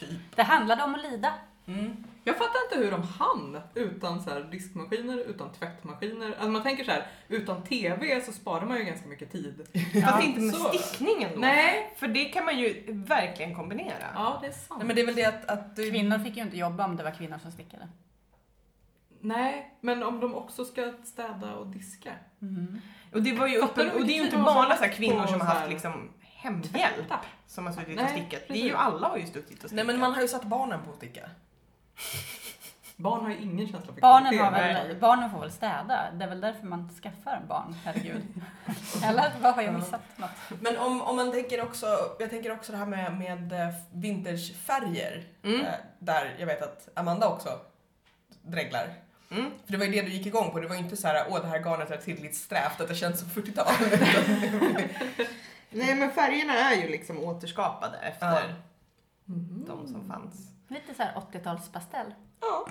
A: Typ.
B: Det handlade om att lida.
A: Mm.
D: Jag fattar inte hur de hann utan så här diskmaskiner, utan tvättmaskiner. Alltså man tänker så här, utan TV så sparar man ju ganska mycket tid.
C: Fast
B: Ja.
C: inte med
D: så.
C: stickningen då.
D: Nej.
C: För det kan man ju verkligen kombinera.
D: Ja, det är sant.
A: Nej men det är väl det att, att du...
B: Kvinnor fick ju inte jobba om det var kvinnor som stickade.
D: Nej, men om de också ska städa och diska.
B: Mm.
C: Och det var ju
D: Fattar
C: uppen,
D: du
C: och det är ju
D: vilken
C: inte
D: tid de har
C: bara så här
D: lagt
C: kvinnor
D: på
C: som har
D: så
C: haft
D: här-
C: liksom hemhjälp som har suttit och
D: Nej,
C: stickat. Det är
D: precis.
C: ju alla har ju suttit och
A: Nej
C: stickat.
A: men man har ju satt barnen på att sticka.
D: Barn har ju ingen känsla för
B: Barnen,
D: kvalitet.
B: har väl, barnen får väl städa? Det är väl därför man skaffar barn, herregud. Eller vad har jag missat? Något?
A: Men om, om man tänker också, jag tänker också det här med, med eh, vintagefärger.
C: Mm.
A: Eh, Där jag vet att Amanda också dreglar.
C: Mm.
A: För det var ju det du gick igång på. Det var ju inte så här, åh det här garnet är tillräckligt strävt att det känns som 40-tal.
C: Nej men färgerna är ju liksom återskapade efter
A: Ja.
D: Mhm.
C: de som fanns.
B: Lite så här 80-talspastell.
C: Ja.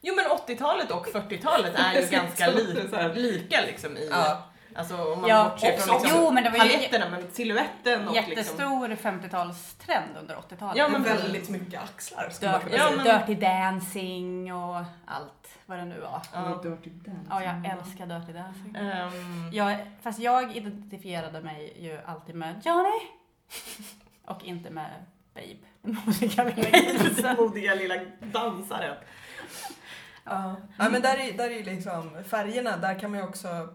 C: Jo men 80-talet och 40-talet är ju
D: Det är
C: ganska
D: så-
C: li-
D: så här.
C: lika liksom i,
A: ja.
C: alltså om man
B: Ja,
C: bortser från
B: också-
C: liksom
B: jo, men det var ju-
C: paletterna men silhuetten och liksom.
B: Jättestor 50-talstrend under 80-talet.
C: Ja,
A: men
C: men
A: väldigt mycket axlar skulle man
B: Dirty,
A: kunna säga.
C: men-
B: alltså, dirty dancing och allt vad det nu var.
C: Ja.
D: Dirty Dancing.
B: Ja, jag älskar dirty dancing.
C: Ehm,
B: Jag, fast jag identifierade mig ju alltid med Johnny och inte med Babe. Den modiga lilla grisen.
C: modiga lilla dansaren.
B: Ja.
A: Ja men där är, där är ju liksom färgerna, där kan man ju också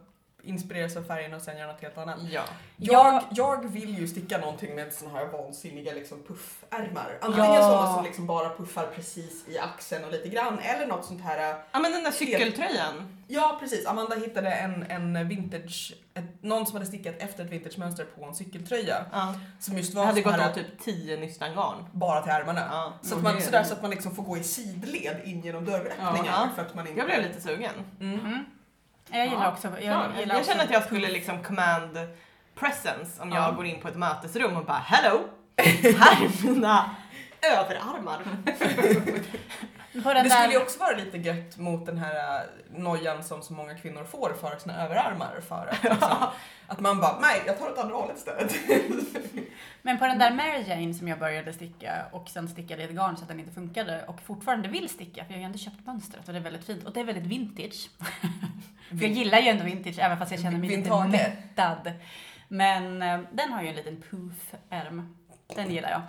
A: inspireras av färgerna och sen göra något helt annat.
C: Ja.
A: Jag, jag vill ju sticka någonting med såna här vansinniga liksom puffärmar. Antingen
B: Ja.
A: sådana som liksom bara puffar precis i axeln och lite grann eller något sånt här. äh,
C: Ja men den där cykeltröjan.
A: Ja precis, Amanda hittade en, en vintage, ett, någon som hade stickat efter ett vintagemönster på en cykeltröja.
C: Ja.
A: Som just
C: Det
A: var
C: hade
A: sån
C: gått
A: här
C: åt typ 10 nystan garn.
A: bara till ärmarna.
C: Ja.
A: Så,
D: Och
A: att
D: det
A: man,
D: är-
A: sådär, så att man liksom får gå i sidled in genom dörröppningar.
C: Ja.
A: För att man inte...
C: Jag blev lite sugen.
A: Mm.
B: Mm. Jag gillar också... Jag,
C: Jag,
B: gillar också
C: känner att jag skulle liksom command presence om jag
A: Ja.
C: går in på ett mötesrum och bara hello! Här är mina överarmar.
B: På den där,
A: det skulle ju också vara lite gött mot den här eh, nojan som så många kvinnor får för sina överarmar. För att, liksom, att man bara, nej jag tar åt andra hållet istället.
B: Men på den där Mary Jane som jag började sticka och sen stickade i ett garn så att den inte funkade och fortfarande vill sticka för jag har ju ändå köpt mönstret och det är väldigt fint och det är väldigt vintage. för jag gillar ju ändå vintage även fast jag känner mig lite
A: Vintage.
B: mättad. Men eh, den har ju en liten poof-ärm. Den gillar jag.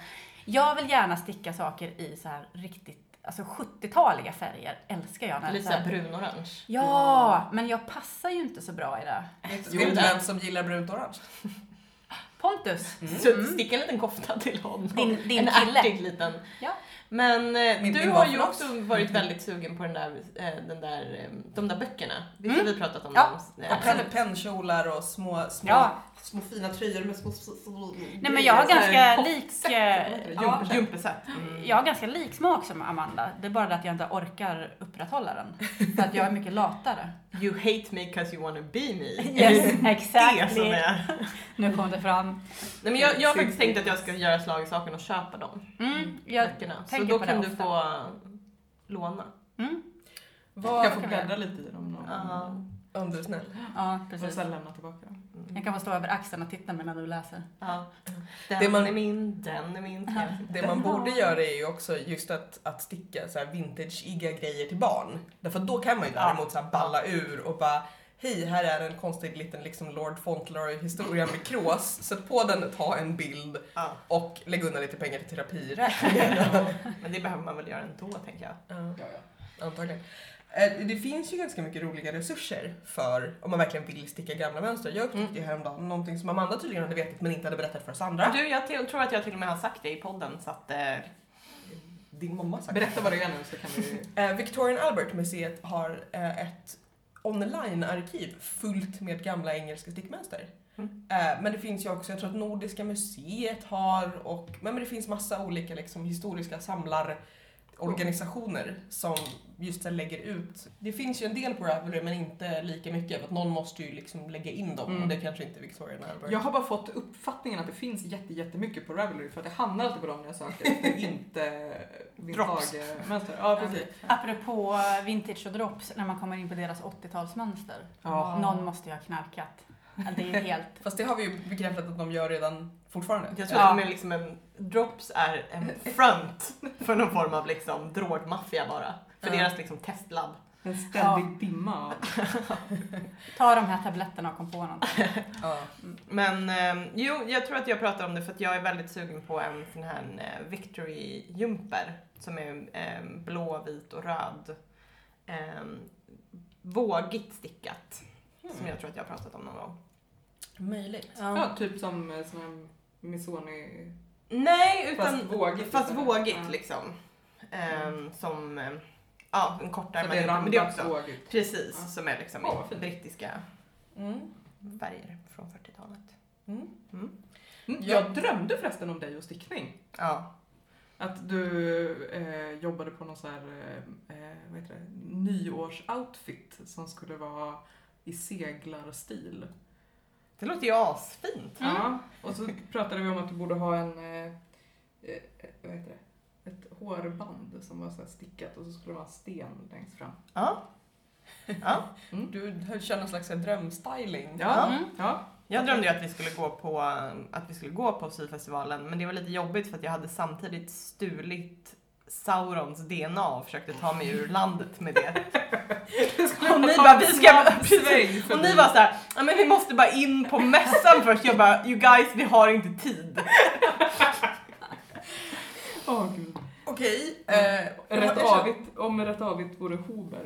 B: Jag vill gärna sticka saker i så här riktigt, alltså 70-taliga färger älskar jag. När det är så
C: Lite
B: här-
C: brun-orange.
B: Ja, men jag passar ju inte så bra i det.
A: Vet du vem som gillar brunt och orange?
B: Pontus!
C: Så
B: Mm.
C: sticka en liten kofta till honom.
B: Din- din
C: en
B: kille.
C: ärtig liten.
B: Ja.
C: Men eh,
A: Min-
C: du
A: min
C: har ju
A: vaffelost.
C: också varit väldigt sugen på den där, eh, den där, eh, de där böckerna. Visst har
B: Mm.
C: vi pratat om eh,
B: Ja,
C: dem?
A: Och pen, pennkjolar och små, små,
B: Ja.
A: små fina tröjor med små... små, små
B: Nej men jag har
A: grejer.
B: ganska lik... eh, ja,
C: Ja, Jumpeset.
B: Jag har ganska lik smak som Amanda. Det är bara det att jag inte orkar upprätthålla den. För att jag är mycket latare.
C: You hate me cause you wanna be me.
B: Yes,
C: Det som
B: exactly.
C: är
B: Nu kom det fram.
C: Nej, men jag, jag har faktiskt tänkt att jag ska göra slag i saken och köpa de
B: Mm, jag
C: böckerna. Så
B: tänker
C: då
B: på det
C: kan du
B: ofta.
C: få eh, låna.
B: Mm,
A: Vad,
D: Jag får bläddra lite i dem någon
C: Ja.
D: gång.
A: om du är snäll.
B: ja,
D: Och
B: precis.
D: sen lämna tillbaka dem.
B: Jag kan få stå över axeln och titta medan du läser.
C: Ja. Den
A: Det man-
C: är min, den är min. ska jag-
A: Det man borde göra är ju också just att, att sticka så här vintage-iga grejer till barn. Därför att då kan man ju däremot så här balla ur och bara Hej, här är en konstig liten liksom Lord Fauntleroy-historia med krås. Sätt på den, ta en bild
C: Ja.
A: och lägg undan lite pengar till terapiräkningar.
C: Men det behöver man väl göra ändå tänker jag.
A: Ja, antagligen. Eh, Det finns ju ganska mycket roliga resurser för om man verkligen vill sticka gamla mönster. Jag upptäckte
D: Mm.
A: ju häromdagen någonting som Amanda tydligen hade vetat men inte hade berättat för Sandra.
C: Du, jag till, tror att jag till och med har sagt det i podden så att... Eh,
A: Din mamma har sagt
D: Berätta vad det är nu så kan vi...
A: Eh, Victorian Albert-museet har eh, ett online-arkiv fullt med gamla engelska stickmönster.
C: Mm.
A: Eh, men det finns ju också, jag tror att Nordiska museet har och men, men det finns massa olika liksom, historiska samlarorganisationer som just så här lägger ut. Det finns ju en del på Ravelry men inte lika mycket för att någon måste ju liksom lägga in dem
D: Mm.
A: och det kanske inte Victorian Albert.
D: Jag har bara fått uppfattningen att det finns jätte, jättemycket på Ravelry för att det hamnar alltid på dem när jag söker efter inte
C: Drops.
D: vintage-mönster. Ja, precis.
B: Apropå vintage och drops, när man kommer in på deras 80-talsmönster.
D: Ja.
B: Någon måste ju ha knarkat. Det är helt...
A: Fast det har vi ju bekräftat att de gör redan fortfarande.
C: jag tror
B: Ja.
C: att de är liksom en, drops är en front för någon form av liksom drogmaffia bara. För
A: Ja.
C: deras liksom testlab.
D: En ständig dimma av...
B: Ta de här tabletterna och kom på någonting.
A: Ja.
C: Men eh, jo, jag tror att jag pratar om det för att jag är väldigt sugen på en sån här eh, victory jumper som är eh, blå, vit och röd. Eh, vågigt stickat.
D: Mm.
C: Som jag tror att jag har pratat om någon gång.
A: Möjligt.
D: Ja, typ som eh, sån här Missoni...
C: Nej, utan
D: Fast vågigt.
C: Fast
D: istället.
C: vågigt
D: Ja. Mm.
C: liksom. Ehm, Som, ehm, ja, en kortare
D: Så alltså det är
C: men det är
D: randat
C: också.
D: vågigt.
C: Precis,
D: Ja.
C: som är liksom
D: Åh, vad fint.
C: brittiska
A: Mm.
C: färger från 40-talet.
D: Mm, Jag drömde förresten om dig och stickning.
C: Ja.
D: Att du eh, jobbade på någon sån här, eh, vad heter det, nyårsoutfit som skulle vara i seglarstil.
C: Det låter ju asfint.
D: Ja, och så pratade vi om att du borde ha en, eh, eh, vad heter det, ett hårband som var så här stickat och så skulle det vara en sten längst fram. Mm.
C: Ja. ja.
A: Du kör någon slags så här drömstyling.
D: Ja,
B: Mm.
D: ja.
C: Jag drömde ju att vi skulle gå på, att vi skulle gå på syfestivalen men det var lite jobbigt för att jag hade samtidigt stulit Saurons DNA och försökte ta mig ur landet med det. Och ni bara, vi ska... Precis. Och ni var såhär, "Ja, men vi måste bara in på mässan först. Jag bara, you guys, vi har inte tid.
D: Åh, gud.
A: Okej. Eh,
D: Rätt
A: jag, känner,
D: avigt, om rätt avigt vore Hober.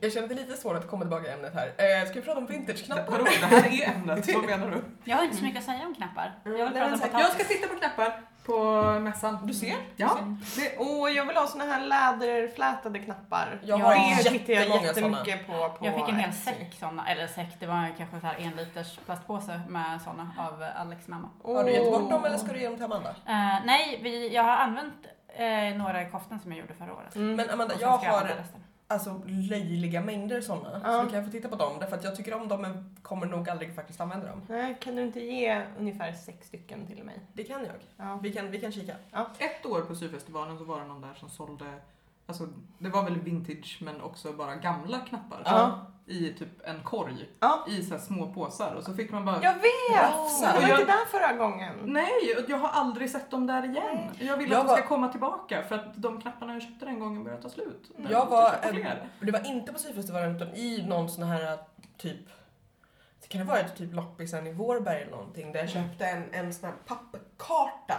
A: jag känner det lite svårt att komma tillbaka i ämnet här. Eh, ska vi prata om vintageknappar?
D: Vadå, det här är ämnet, vad menar du?
B: Jag har inte så mycket att säga om knappar. Jag vill
D: Nej,
B: prata
D: men
B: om
D: säkert. Jag
B: potatis.
D: ska sitta på knappar på mässan.
A: Du ser.
D: Ja.
C: Det- Och jag vill ha såna här läderflätade knappar.
A: Jag
B: har
C: det hittar jag
A: jättemånga
C: jättemycket på, på
B: Jag fick en hel
C: Etsy.
B: säck sådana, eller säck, det var kanske så här en liters plastpåse med sådana av Alex mamma.
A: Har du gett bort dem
C: Åh.
A: eller ska du ge dem till Amanda?
B: Eh, nej, vi, jag har använt eh, några koftan som jag gjorde förra året.
C: Mm.
A: Men Amanda,
B: Och sen
A: jag
B: ska använda
A: har
B: resten.
A: alltså löjliga mängder sådana.
C: Ja.
A: Så du kan få titta på dem. Därför att jag tycker om dem men kommer nog aldrig faktiskt använda dem.
C: Nej, kan du inte ge ungefär sex stycken till mig?
A: Det kan jag.
C: Ja.
A: Vi kan, vi kan kika.
D: Ett år på syfestivalen så var det någon där som sålde, alltså det var väl vintage men också bara gamla knappar.
C: Ja.
D: I typ en korg.
C: Ja.
D: I så här små påsar och så fick man bara
C: Jag vet!
A: Rafsa.
C: Jag var
D: Jag-
C: inte där förra gången.
D: Nej, jag har aldrig sett dem där igen. Jag vill
A: Jag
D: att
A: var-
D: de ska komma tillbaka för att de knapparna jag köpte den gången börjar ta slut.
C: Jag
D: måste
A: var
D: köpa
A: en-
D: fler.
A: Det var inte på syfestivalen utan i någon sån här typ det kan det vara ett typ loppisen i Vårberg eller någonting där jag
C: Mm.
A: köpte en, en sån här pappkarta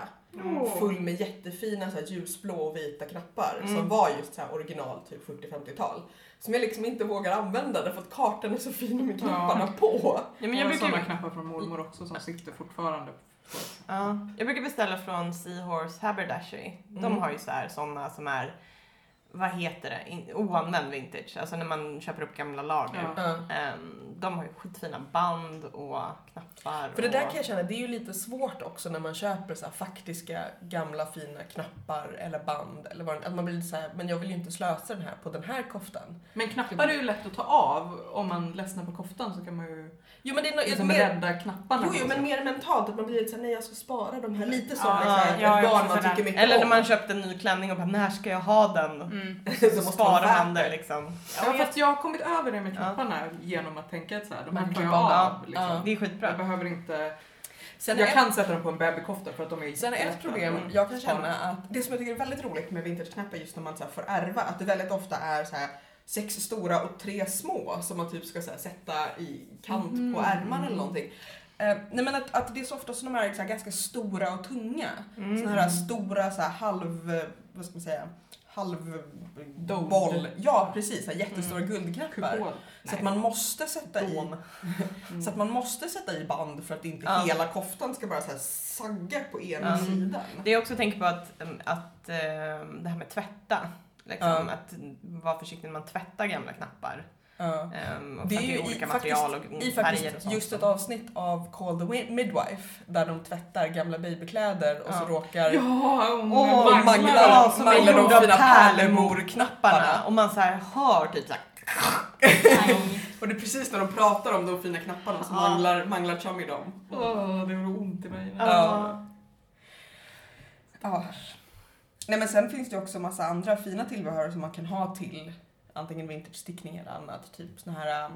A: full med jättefina så här, ljusblå och vita knappar som
C: Mm.
A: var just så här, original typ 40-50-tal. Som jag liksom inte vågar använda därför att kartan är så fin med knapparna på.
C: Ja, men
D: Jag
C: jag,
D: har sådana
C: brukar,
D: knappar från mormor också som sitter fortfarande. på-
C: ja, jag brukar beställa från Seahorse Haberdashery. De
A: Mm.
C: har ju så här såna som är, vad heter det, In, oanvänd vintage. Alltså när man köper upp gamla lager.
D: Ja.
C: Ehm, de har ju skitfina band och knappar.
A: För det där
C: och...
A: kan jag känna, det är ju lite svårt också när man köper så här, faktiska gamla fina knappar eller band eller vad det- Att man blir lite så här, men jag vill ju inte slösa den här på den här koftan.
D: Men knappar är ju lätt att ta av. Om man ledsnar på koftan så kan man ju
A: Jo men det är något
D: liksom
A: mer...
D: rädda knapparna.
A: Jo,
D: på sig.
A: jo, men mer mentalt att man blir lite såhär, nej jag ska spara de här. Lite som
B: Ja,
A: liksom,
C: ja,
A: ett
B: jag är
A: garn
B: också
A: man
B: sådär.
A: tycker mycket
C: Eller när
A: om.
C: man köpte en ny klänning och bara när ska jag ha den?
B: Mm.
A: Så måste
C: Så
A: man
C: sparar
A: värt
C: man det liksom.
D: Ja, fast jag har kommit över det med
C: Ja.
D: knapparna genom att tänka att så här, de här
A: Man
D: tar
A: klipper
D: jag
A: av.
D: av. Liksom.
A: Ja.
C: Det är
D: Jag
C: skitbra.
D: behöver inte...
A: Sen
D: jag
A: är-
D: kan sätta dem på en babykofta för att de är
A: Sen är ett
D: jättelätta.
A: problem
D: Mm.
A: jag kan
D: Spara.
A: känna att det som jag tycker är väldigt roligt med vintageknappar just när man så här får ärva att det väldigt ofta är så här sex stora och tre små som man typ ska så här sätta i kant på
C: Mm.
A: ärmarna eller någonting. Eh, nej men att, att det är så ofta som de här, är så Mm.
C: Mm.
A: här ganska stora och tunga. Såna här stora så här halv, vad ska man säga, halv
D: Dom.
A: boll. Ja, precis. Så här jättestora guldknappar.
D: Kupol.
A: Så att man måste sätta i
C: Mm. Dom.
D: Mm.
C: Mm.
A: Så att man måste sätta i band för att inte
C: Ja.
A: hela koftan ska bara så här sagga på ena
C: Ja.
A: sidan.
C: Det jag också tänker på att, em, att em, det här med tvätta. Liksom,
A: Ja.
C: Att vara försiktig när man tvättar gamla knappar.
A: Ja.
C: Em, Ehm, och
A: Det
C: det
A: är
C: är
A: ju
C: ju
A: i-
C: olika
A: faktiskt-
C: material och färger
A: I
C: och
A: faktiskt
C: sånt.
A: just ett avsnitt av Call the Wi- Midwife där de tvättar gamla babykläder och så
C: Ja.
A: råkar
D: Ja, hon
A: Åh,
D: manglar.
A: manglar.
C: Ja, som är
A: manglar de
C: gjorda av
A: fina
C: pärlemorknapparna.
A: pärlemorknapparna.
C: Och man så här hör typ såhär.
A: Och det är precis när de pratar om de fina knapparna så
C: Ja.
A: manglar, manglar Chummy dem.
D: Åh, det gjorde ont i mig.
A: Ja. Nej men sen finns det också massa andra fina tillbehör som man kan ha till antingen vinterstickning eller annat. Typ såna här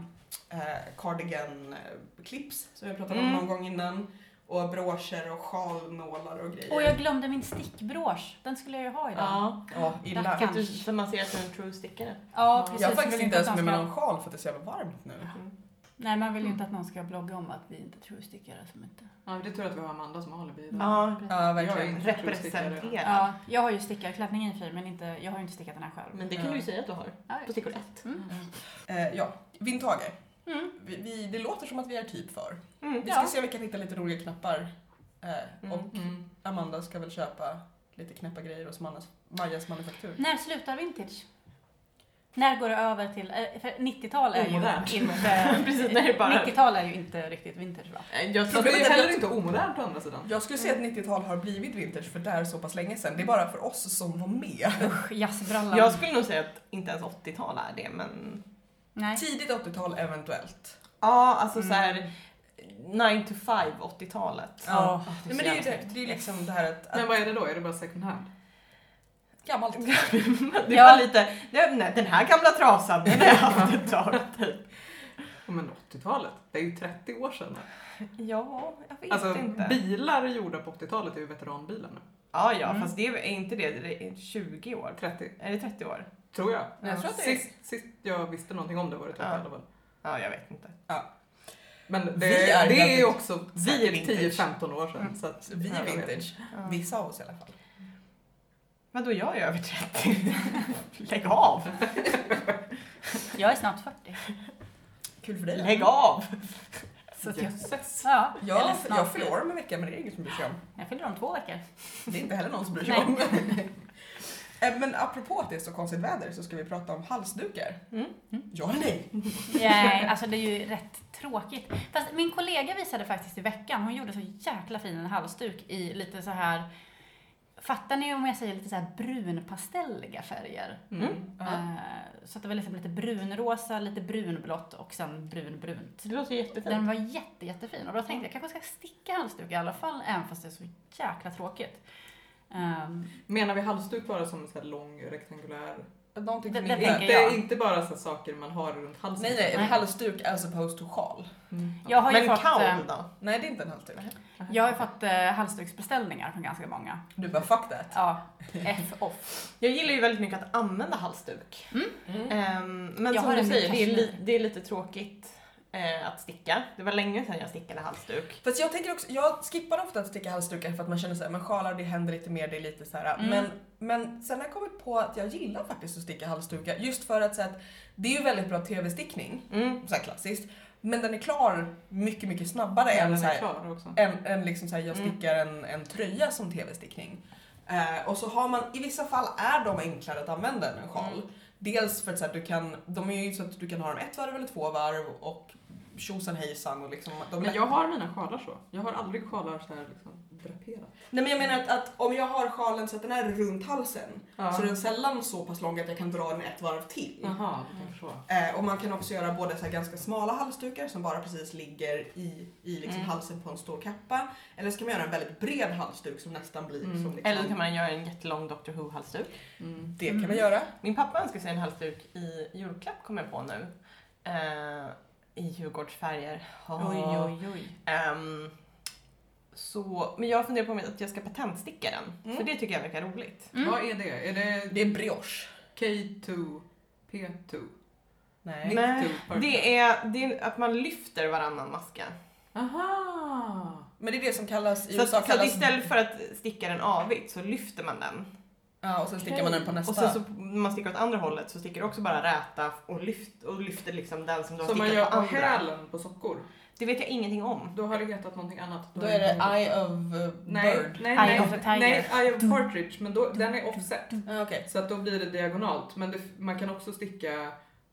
A: eh, cardigan eh, clips som jag pratade om
C: Mm.
A: någon gång innan. Och broscher och sjalnålar och grejer.
B: Och jag glömde min stickbrås. Den skulle jag ju ha idag. Ja,
C: Ja.
A: Ja, illa.
B: Rackarn.
C: Du, så man ser att du är en true stickare.
B: precis.
A: Jag har faktiskt
B: vill
A: inte ens
B: att
A: med
B: någon
A: mig
B: ska-
A: någon sjal för att det är så jävla varmt nu.
C: Mm.
B: Nej, man vill ju inte att någon ska blogga om att vi inte tror stickare som inte...
D: Ja, men det är tur att vi har Amanda som alibi. där.
C: Ja,
A: Ja,
D: verkligen.
A: verkligen.
D: inte
C: representera.
B: Ja, jag har ju stickarklänningen i och för sig, men inte, jag har ju inte stickat den här själv.
C: Men det kan du ju säga att du har.
B: Ja,
C: På stickor ett.
B: Mm.
A: Eh, ja, vindtage.
B: Mm.
A: Vi, vi, det låter som att vi är typ för.
C: Mm.
A: Vi ska
B: Ja.
A: se om vi kan hitta lite roliga knappar. Eh,
C: Mm.
A: Och
D: Mm.
A: Amanda ska väl köpa lite knäppa grejer hos Manas, Majas manufaktur.
B: När slutar vintage? När går det över till... eh, För 90-tal är ju
D: Omodernt.
B: inte...
C: Precis, när det bara-
B: 90-tal är ju inte riktigt vintage va?
C: Eh, Jag
D: Så
C: tror
D: det är heller
C: att
D: inte omodernt å andra sidan.
A: Jag skulle säga att 90-tal har blivit vintage för det är så pass länge sedan. Det är bara för oss som var med.
B: Usch, jazzbrallan.
C: jag skulle nog säga att inte ens 80-tal är det, men...
B: Nej.
A: Tidigt 80-tal eventuellt.
C: Ja, alltså
B: Mm.
C: så här 9 Mm. to 5 80-talet.
D: Ah,
A: Ja.
B: Åh,
A: Nej, men det är ju det, det är ju liksom det här att,
D: Men
A: att
D: vad är det då? Är det bara second hand?
A: gammalt.
C: det
B: Ja.
C: var lite, det, nej, den här gamla trasan, den har jag haft ett tag typ.
D: Ja, Men 80-talet? Det är ju 30 år sedan.
C: Ja, jag vet
D: Alltså
C: inte.
D: bilar gjorda på 80-talet är ju veteranbilar nu.
C: ja, ja,
B: Mm.
C: fast det är är inte det, det är 20 år?
D: 30,
C: Är det 30 år?
D: tror jag.
A: Men jag tror att det är-
D: sist, sist jag visste någonting om det var det 30
C: Ja.
D: i alla fall.
C: Ja, jag vet inte.
D: Men det,
A: Vi är
D: är, det är ju
A: vintage.
D: också
A: Mm.
C: Vi är vintage.
D: 10-15 år sedan. Så att,
A: Vi
D: Ja,
A: är
D: jag vet.
A: vintage.
C: Ja.
A: Vissa av oss i alla fall.
C: Vadå, jag är över 30? Lägg av!
B: Jag är snart 40.
A: Kul för dig.
C: Lägg av!
B: Så att jag...
D: Jösses.
B: Ja, eller
A: Jag,
B: snart.
A: jag fyller år om en vecka men det är ingen som bryr sig om.
B: Jag fyller om två veckor.
A: Det är inte heller någon som bryr sig om. Eh, Men apropå att det är så konstigt väder så ska vi prata om halsdukar.
C: Mm.
A: Ja eller nej?
B: Nej, alltså det är ju rätt tråkigt. Fast min kollega visade faktiskt i veckan, hon gjorde så jäkla fin en halsduk i lite så här Fattar ni om jag säger lite så här brunpastelliga färger?
D: Mm.
B: Eh, Så att det var liksom lite brunrosa, lite brunblått och sen brunbrunt.
C: Det låter
B: Den
C: jättefint.
B: var jätte, jättefin och då tänkte jag kanske ska sticka halsduk i alla fall, även fast det är så jäkla tråkigt. Ehm,
D: Menar vi halsduk bara som en sån här lång rektangulär?
A: Någonting
B: Det-
A: som
B: det
A: inte-
B: tänker
D: Det
B: jag.
D: är inte bara så här saker man har runt halsen.
A: Nej, nej, en
B: Nej.
A: halsduk as opposed to sjal.
D: Mm.
B: Jag har ju
C: Men
B: fått, eh,
C: kaul då?
A: Nej, det är inte en halsduk.
B: jag har ju fått eh, halsduksbeställningar från ganska många.
A: Du bara fuck that.
B: Ja, F off.
C: Jag gillar ju väldigt mycket att använda halsduk.
A: Eh,
C: Ehm, men
B: Jag
C: som
B: har
C: du
B: en
C: säger, det är, li-
B: kashmir.
C: det är lite tråkigt eh, att sticka. Det var länge sedan jag stickade halsduk.
A: Fast jag tänker också, jag skippar ofta att sticka halsdukar för att man känner såhär, men sjalar det händer lite mer, det är lite såhär.
B: Mm.
A: Men, men sen har jag kommit på att jag gillar faktiskt att sticka halsdukar just för att, så att det är ju väldigt bra tv-stickning,
C: Mm.
A: såhär klassiskt. Men den är klar mycket, mycket snabbare
D: Ja,
A: än
D: den är
A: såhär
D: klar också.
A: än, än liksom så här, jag
C: Mm.
A: stickar en, en tröja som tv-stickning. Eh, och så har man, i vissa fall är de enklare att använda än en sjal. Dels för att så här, du kan, de är ju så att du kan ha dem ett varv eller två varv och tjosan hejsan och liksom. De
D: Men jag har mina sjalar så. Jag har aldrig sjalar så här liksom draperat.
A: Nej men jag menar att, att om jag har sjalen så att den är runt halsen så är den sällan så pass lång att jag kan dra den ett varv till.
D: Jaha, du tänker så.
A: Eh, och man kan också göra både så här ganska smala halsdukar som bara precis ligger i, i liksom
C: Mm.
A: halsen på en stor kappa. Eller så kan man göra en väldigt bred halsduk som nästan blir
D: Mm.
A: som liksom...
C: Eller kan man göra en jättelång Dr Who-halsduk.
D: Mm.
A: Det kan
B: Mm.
A: man göra.
C: Min pappa önskade sig en halsduk i julklapp, kommer jag på nu. Eh, I Djurgårdsfärger. Ja.
B: Oj, oj, oj.
C: Ehm, så, men jag funderar på om att jag ska patentsticka den.
A: Mm.
C: För det tycker jag verkar roligt.
B: Mm.
D: Vad är det? Är det
A: Det är en brioche.
D: K2? P2?
A: Nej.
C: Nej,
D: Knit to purple.
C: det är, det är att man lyfter varannan maska.
D: Aha!
A: Men det är det som kallas i
C: Så, att,
A: USA
C: så att
A: kallas...
C: istället för att sticka den avigt så lyfter man den.
A: Ja, och sen stickar man den på nästa.
C: Och sen så när man sticker åt andra hållet så sticker du också bara räta och, lyft, och lyfter liksom den som du har
D: Som man
C: stickat
D: gör
C: på
D: på
C: andra.
D: hälen på sockor.
C: Det vet jag ingenting om.
D: Då har det hetat någonting annat.
A: Då är det Eye of eh,
D: nej,
A: Bird.
D: Nej,
B: Eye
D: nej,
B: of the tiger.
D: nej, Eye of Partridge, men då, den är offset.
A: Ah, okej.
D: Så att då blir det diagonalt. Men det, man kan också sticka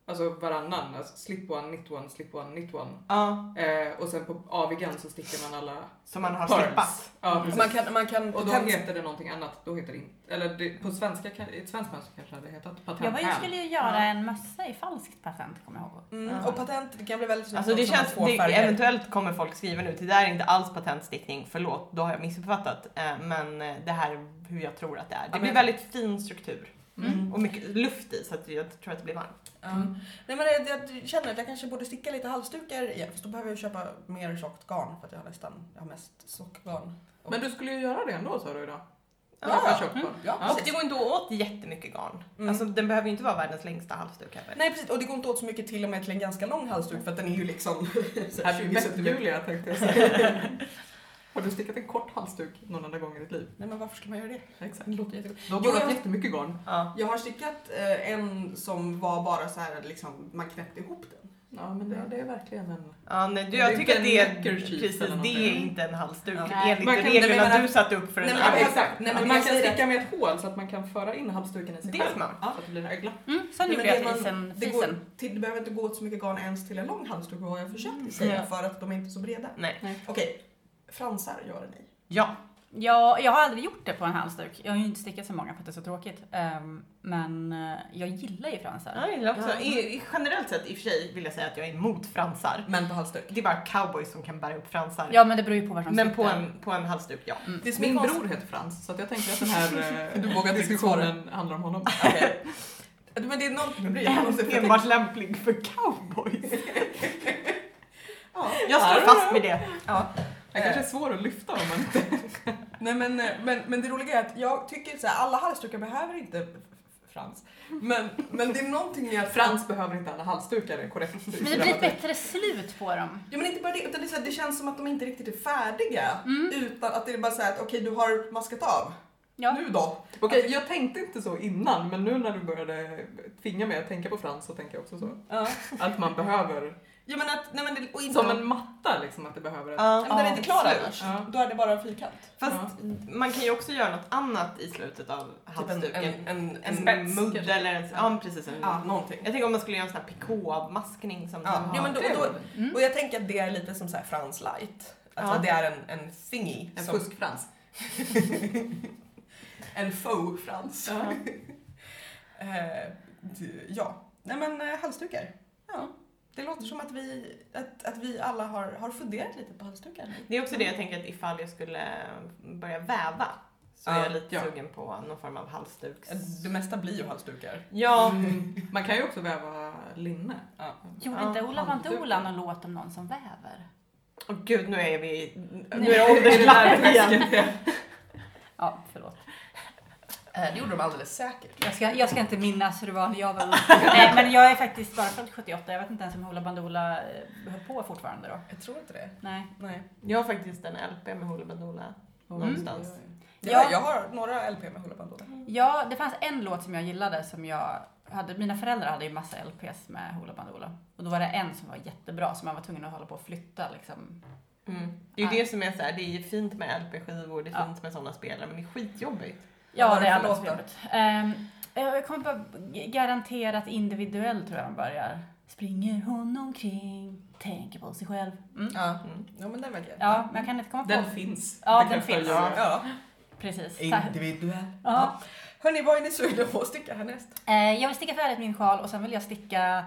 D: alltså varannan. Alltså slip one, knit one, slip one, knit one.
C: Ja,
D: Eh, och sen på avigan så stickar man alla.
C: som man har
D: Pearls.
C: slippat.
D: Ja, precis.
A: Man kan, man kan
D: Och då
A: potent-
D: heter det någonting annat. Då heter det inte, eller det, på svenska, kan- i ett svenskt mönster kanske det hade hetat
B: Jag, var,
D: patent.
B: jag skulle ju göra en mössa i falskt patent, kommer jag ihåg.
A: mm, och patent det kan bli väldigt snyggt
C: Alltså det
A: också med
C: känns,
A: två
C: det,
A: färger.
C: eventuellt kommer folk skriva nu, det där är inte alls patentstickning, förlåt, då har jag missuppfattat. Eh, Men eh, det här är hur jag tror att det är. Det
A: men-
C: blir väldigt fin struktur
A: Mm.
C: och mycket luft i så att jag tror att det blir varmt.
A: Ja. Nej, men det, jag känner att jag kanske borde sticka lite halsdukar igen. Fast då behöver jag köpa mer tjockt garn för att jag har nästan, jag har mest sockgarn.
D: Men du skulle ju göra det ändå sa du idag.
C: Ja.
D: Ungefär tjockt
B: Mm.
D: barn.
A: Ja,
D: Ja.
C: Och det går inte åt jättemycket garn.
A: Mm.
C: Alltså den behöver ju inte vara världens längsta halsduk heller.
A: Nej precis, och det går inte åt så mycket till och med till en ganska lång halsduk för att den är ju liksom så här
D: Happy
A: 20
D: Met
A: centimeter.
D: Julia tänkte jag säga. Har du stickat en kort halsduk någon enda gång i ditt liv?
A: Nej men varför ska man göra det?
D: Exakt.
A: Det låter jättekul.
D: Då
A: Jo,
D: går det
A: jag-
D: jättemycket garn.
C: Ja.
A: Jag har stickat eh, en som var bara så här liksom, man knäppte ihop den.
D: Ja men det, det är verkligen en...
C: Ja, nej, du,
D: Det
C: jag
D: är
C: tycker att
D: inte
C: det
D: en
C: är,
D: neckerchief
C: precis,
D: eller någonting.
C: det är inte en halsduk
B: Nej.
C: enligt
D: Man kan-
C: reglerna
A: nej, men-
C: du satte upp för
A: Nej,
C: en
A: men-
D: Ja,
C: halsduk.
D: exakt.
A: Nej, men
D: man
A: jag
D: kan
A: säger
D: sticka med ett hål så att man kan föra in halsduken i sig
C: Det är
D: själv.
C: smart.
D: Så att det blir en ögla.
B: Mm, sen
A: Nej, men
B: gjorde jag
A: det man-
B: ett isen,
A: Det, går,
B: fisen. Mm.
A: till, det behöver inte gå åt så mycket garn ens till en lång halsduk har jag försökt säga
C: Ja.
A: för att de är inte så breda.
C: Nej.
A: Okej, fransar gör ni.
C: Ja.
B: Jag, jag har aldrig gjort det på en halsduk. Jag har ju inte stickat så många för att det är så tråkigt. Ehm, men eh, jag gillar ju fransar.
C: Ja, jag gillar också.
A: Ja.
C: I, i- generellt sett i och för sig vill jag säga att jag är emot fransar.
A: Men på halsduk?
C: Det är bara cowboys som kan bära upp fransar.
B: Ja, men det beror ju på var de
C: men
B: sitter. Mm.
C: på en, på en halsduk, ja.
A: Det som är
D: Min
A: konstigt-
D: bror heter Frans så att jag tänker att den här eh,
A: Du vågar inte
D: diskussionen handlar om honom.
A: Okej. Men det är någonting med bryr
C: En
A: mig
C: Enbart lämplig för cowboys.
A: Ja.
C: Jag står fast vid det.
D: Den kanske är svår att lyfta om man inte...
A: Nej, men, eh, men, men det roliga är att jag tycker så här, alla halsdukar behöver inte f- f- Frans. Men, men det är någonting med att
D: Frans behöver inte alla halsdukar, det är korrekt.
B: Men det blir ett bättre slut på dem.
A: Ja, men inte bara det, utan det, är så här, det känns som att de inte riktigt är färdiga.
B: Mm.
A: Utan att det är bara så här att okej, du har maskat av.
B: Ja.
A: Nu då?
D: Okej, jag tänkte inte så innan, men nu när du började tvinga mig att tänka på Frans så tänker jag också så.
A: Ja.
D: Att man behöver,
A: ja men att, nej men det, och inte
D: som en matta liksom, att det behöver ett...
A: Nej, men den är inte klar
C: slut.
A: annars.
D: Ja.
A: Då är det bara en fyrkant.
C: Fast man kan ju också göra något annat i slutet av halsduken.
A: Typ en, en,
C: Typ En
A: en,
C: mudd
A: kanske.
C: eller en, ja, Mm. men precis, en
A: Ja, någonting.
C: Jag tänker om man skulle göra en sån här pikå-maskning som
A: Ja.
C: de har.
A: Jo, men då,
D: det
A: då,
D: var det.
B: Mm.
A: och jag tänker att det är lite som så här Frans light. Alltså
C: Ja.
A: att det är en, en thingy.
D: En
A: som-
D: fuskfrans.
A: en faux-Frans.
D: Ja.
A: Eh, d- ja, nej men eh, halsdukar. Ja. Det låter som att vi, att, att vi alla har, har funderat lite på halsdukar.
C: Det är också det jag tänker att ifall jag skulle eh, börja väva så är
A: Ja,
C: jag lite
D: ja.
C: sugen på någon form av halsduk.
A: Det mesta blir ju halsdukar.
C: Ja,
D: Mm. Man kan ju också väva linne.
B: Gjorde
C: Ja,
B: inte Ola van
D: handdukar.
B: Dolan en låt om någon som väver?
C: Åh gud nu är vi nu
B: Nej.
C: är jag
D: Mm.
C: ålderslapp igen.
B: Ja, förlåt.
A: Eh, det gjorde de alldeles säkert.
B: Jag ska, jag ska inte minnas hur det var när jag var ung. Nej, men jag är faktiskt bara född 78. Jag vet inte ens om Ola Bandola eh, höll på fortfarande då.
A: Jag tror inte det.
B: Nej.
A: Nej.
C: Jag har faktiskt en LP med Hoola Bandoola någonstans.
A: Jag,
B: Ja.
A: jag har några LP med Hoola Bandoola.
B: Ja, det fanns en låt som jag gillade som jag hade, mina föräldrar hade ju massa LPs med Hoola Bandoola. Och då var det en som var jättebra som man var tvungen att hålla på och flytta liksom.
C: Mm. Det är ju
B: Ja.
C: det som är så här, det är fint med LP-skivor, det är
B: Ja.
C: fint med sådana spelare, men det är skitjobbigt.
A: Vad
B: Ja,
A: var
B: det
A: det
B: är
A: för
B: alldeles
A: låt då?
B: trevligt. Ehm, jag kommer på garanterat individuell tror jag den börjar. Springer hon omkring, tänker på sig själv. Mm.
A: Ja.
C: Mm.
A: ja, men den verkar
B: Ja, men jag kan inte komma på.
D: Den finns.
B: Ja,
D: Det
B: den
D: kanske
B: finns.
D: gör.
A: Ja.
B: Precis.
A: Individuell.
B: Ja.
A: Hörni, vad är ni sugna på att sticka härnäst?
B: Eh, jag vill sticka färdigt min sjal och sen vill jag sticka